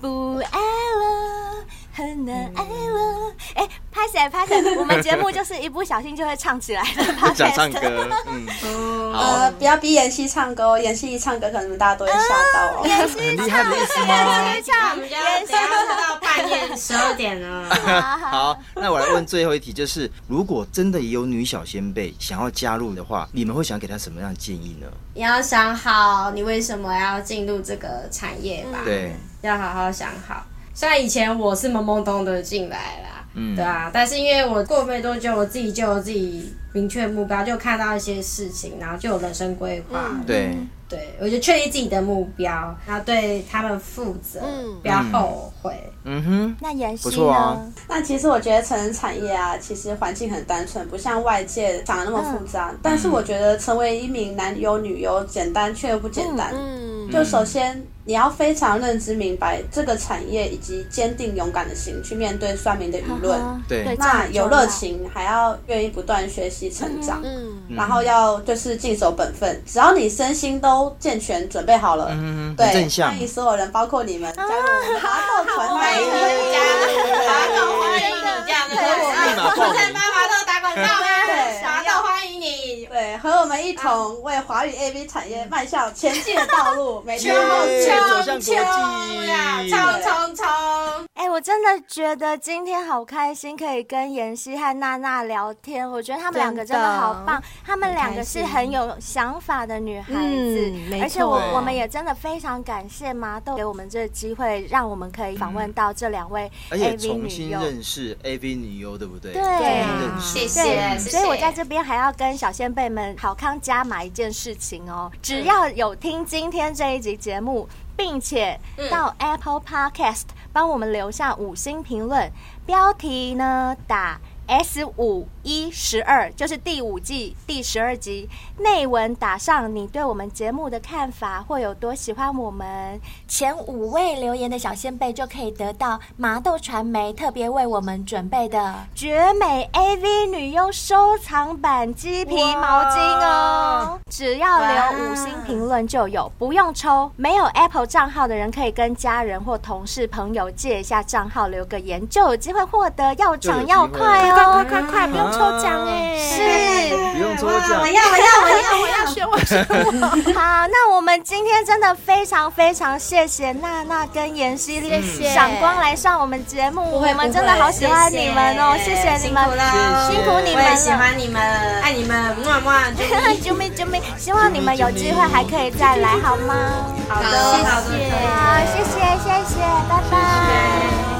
S4: 不爱了，很难爱
S8: 嗯
S4: 了。哎，拍谁拍谁，我们节目就是一不小心就会唱起来了。
S5: 不啊讲唱歌，嗯，
S8: 呃，不要逼妍希唱歌哦，妍希一唱歌，可能你们大家都会吓到哦。
S5: 很厉害的意思吗？
S7: 那我们就要等一下录到半夜十二点了。
S5: 好，那我来问最后一题，就是如果真的也有女小先辈想要加入的话，你们会想给她什么样的建议呢？
S7: 你要想好你为什么要进入这个产业吧，
S5: 对，
S7: 要好好想好。虽然以前我是懵懵懂懂地进来啦，
S5: 嗯
S7: 对啊，但是因为我过没多久，我自己就有自己明确目标，就看到一些事情，然后就有人生规划，
S4: 嗯
S5: 对，
S7: 对我就确立自己的目标，然后对他们负责，
S3: 嗯
S7: 不要后悔。
S5: 嗯哼，
S4: 那妍希
S5: 不错啊
S4: 呢？
S8: 那其实我觉得成人产业啊，其实环境很单纯，不像外界想的那么复杂。但是我觉得成为一名男优女优，简单却又不简单。
S3: 嗯，
S8: 就首先你要非常认知明白这个产业，以及坚定勇敢的心去面对酸民的
S4: 嗯
S8: 舆论。
S5: 对
S4: 对，这
S8: 那
S4: 很
S8: 有
S4: 重要
S8: 热，情，还要愿意不断学习成长。
S3: 嗯，
S8: 然后要就是尽守本分，只要你身心都健全，准备好了，
S5: 嗯
S8: 对，
S5: 很正向
S8: 欢迎所有人，包括你们加入我们麻豆团
S7: 欢迎大家
S8: 队，
S7: 打狗欢迎你这样的，
S5: 立马报名
S7: 我在妈妈都打广告啊，
S8: 对
S7: 麻豆欢迎你，
S8: 对，和我们一同为华语 A V 产业迈向前进的道路，每天都
S5: 耶
S8: 是
S5: 走向国
S7: 对啊，
S5: 际，
S7: 冲冲冲！
S4: 哎、我真的觉得今天好开心，可以跟妍希和娜娜聊天。我觉得她们两个真的好棒，她们两个是很有想法的女孩子，
S3: 嗯没错
S4: 而且我我们也真的非常感谢麻豆给我们这个机会，让我们可以访问到这两位
S5: 而且
S4: AV
S5: 重
S4: 女
S5: 新
S4: 优。
S5: 认识 AV 女优，对不对？
S4: 对
S5: 重
S4: 啊
S5: 新认识，
S7: 谢
S4: 对，
S7: 谢，谢
S4: 所以我在这边还要跟小先辈们好康加码一件事情哦，只要有听今天这一集节目，并且到
S7: 嗯
S4: Apple Podcast 帮我们留下五星评论，标题呢打。S 五一十二就是第五季第十二集，内文打上你对我们节目的看法或有多喜欢我们，前五位留言的小先辈就可以得到麻豆传媒特别为我们准备的绝美 AV 女优收藏版鸡皮毛巾哦！只要留五星评论就有，不用抽。没有 Apple 账号的人可以跟家人或同事朋友借一下账号，留个言就有机会获得，要
S5: 就有
S4: 抢
S5: 机
S4: 要
S5: 会
S3: 快
S4: 快哦！
S3: 快快快，不用抽奖哎，
S4: 是。
S5: 不用抽奖
S7: 我，要我要我要我
S3: 我
S7: 要，
S3: 要选我选我，
S4: 好，那我们今天真的非常非常谢谢娜娜跟妍希谢
S7: 嗯
S3: 谢
S4: 赏光来上我们节目，我
S7: 我
S4: 们真的好喜欢你们哦， 谢谢你们哦
S7: 辛苦，了，
S4: 辛苦你
S7: 我
S4: 们
S7: 也喜
S4: 了。
S7: 欢你们，爱 你们，么么，就
S4: 救命救命！希望你们有机会还可以再来，好吗？
S7: 好的，好的，
S4: 好，谢谢谢谢，拜拜。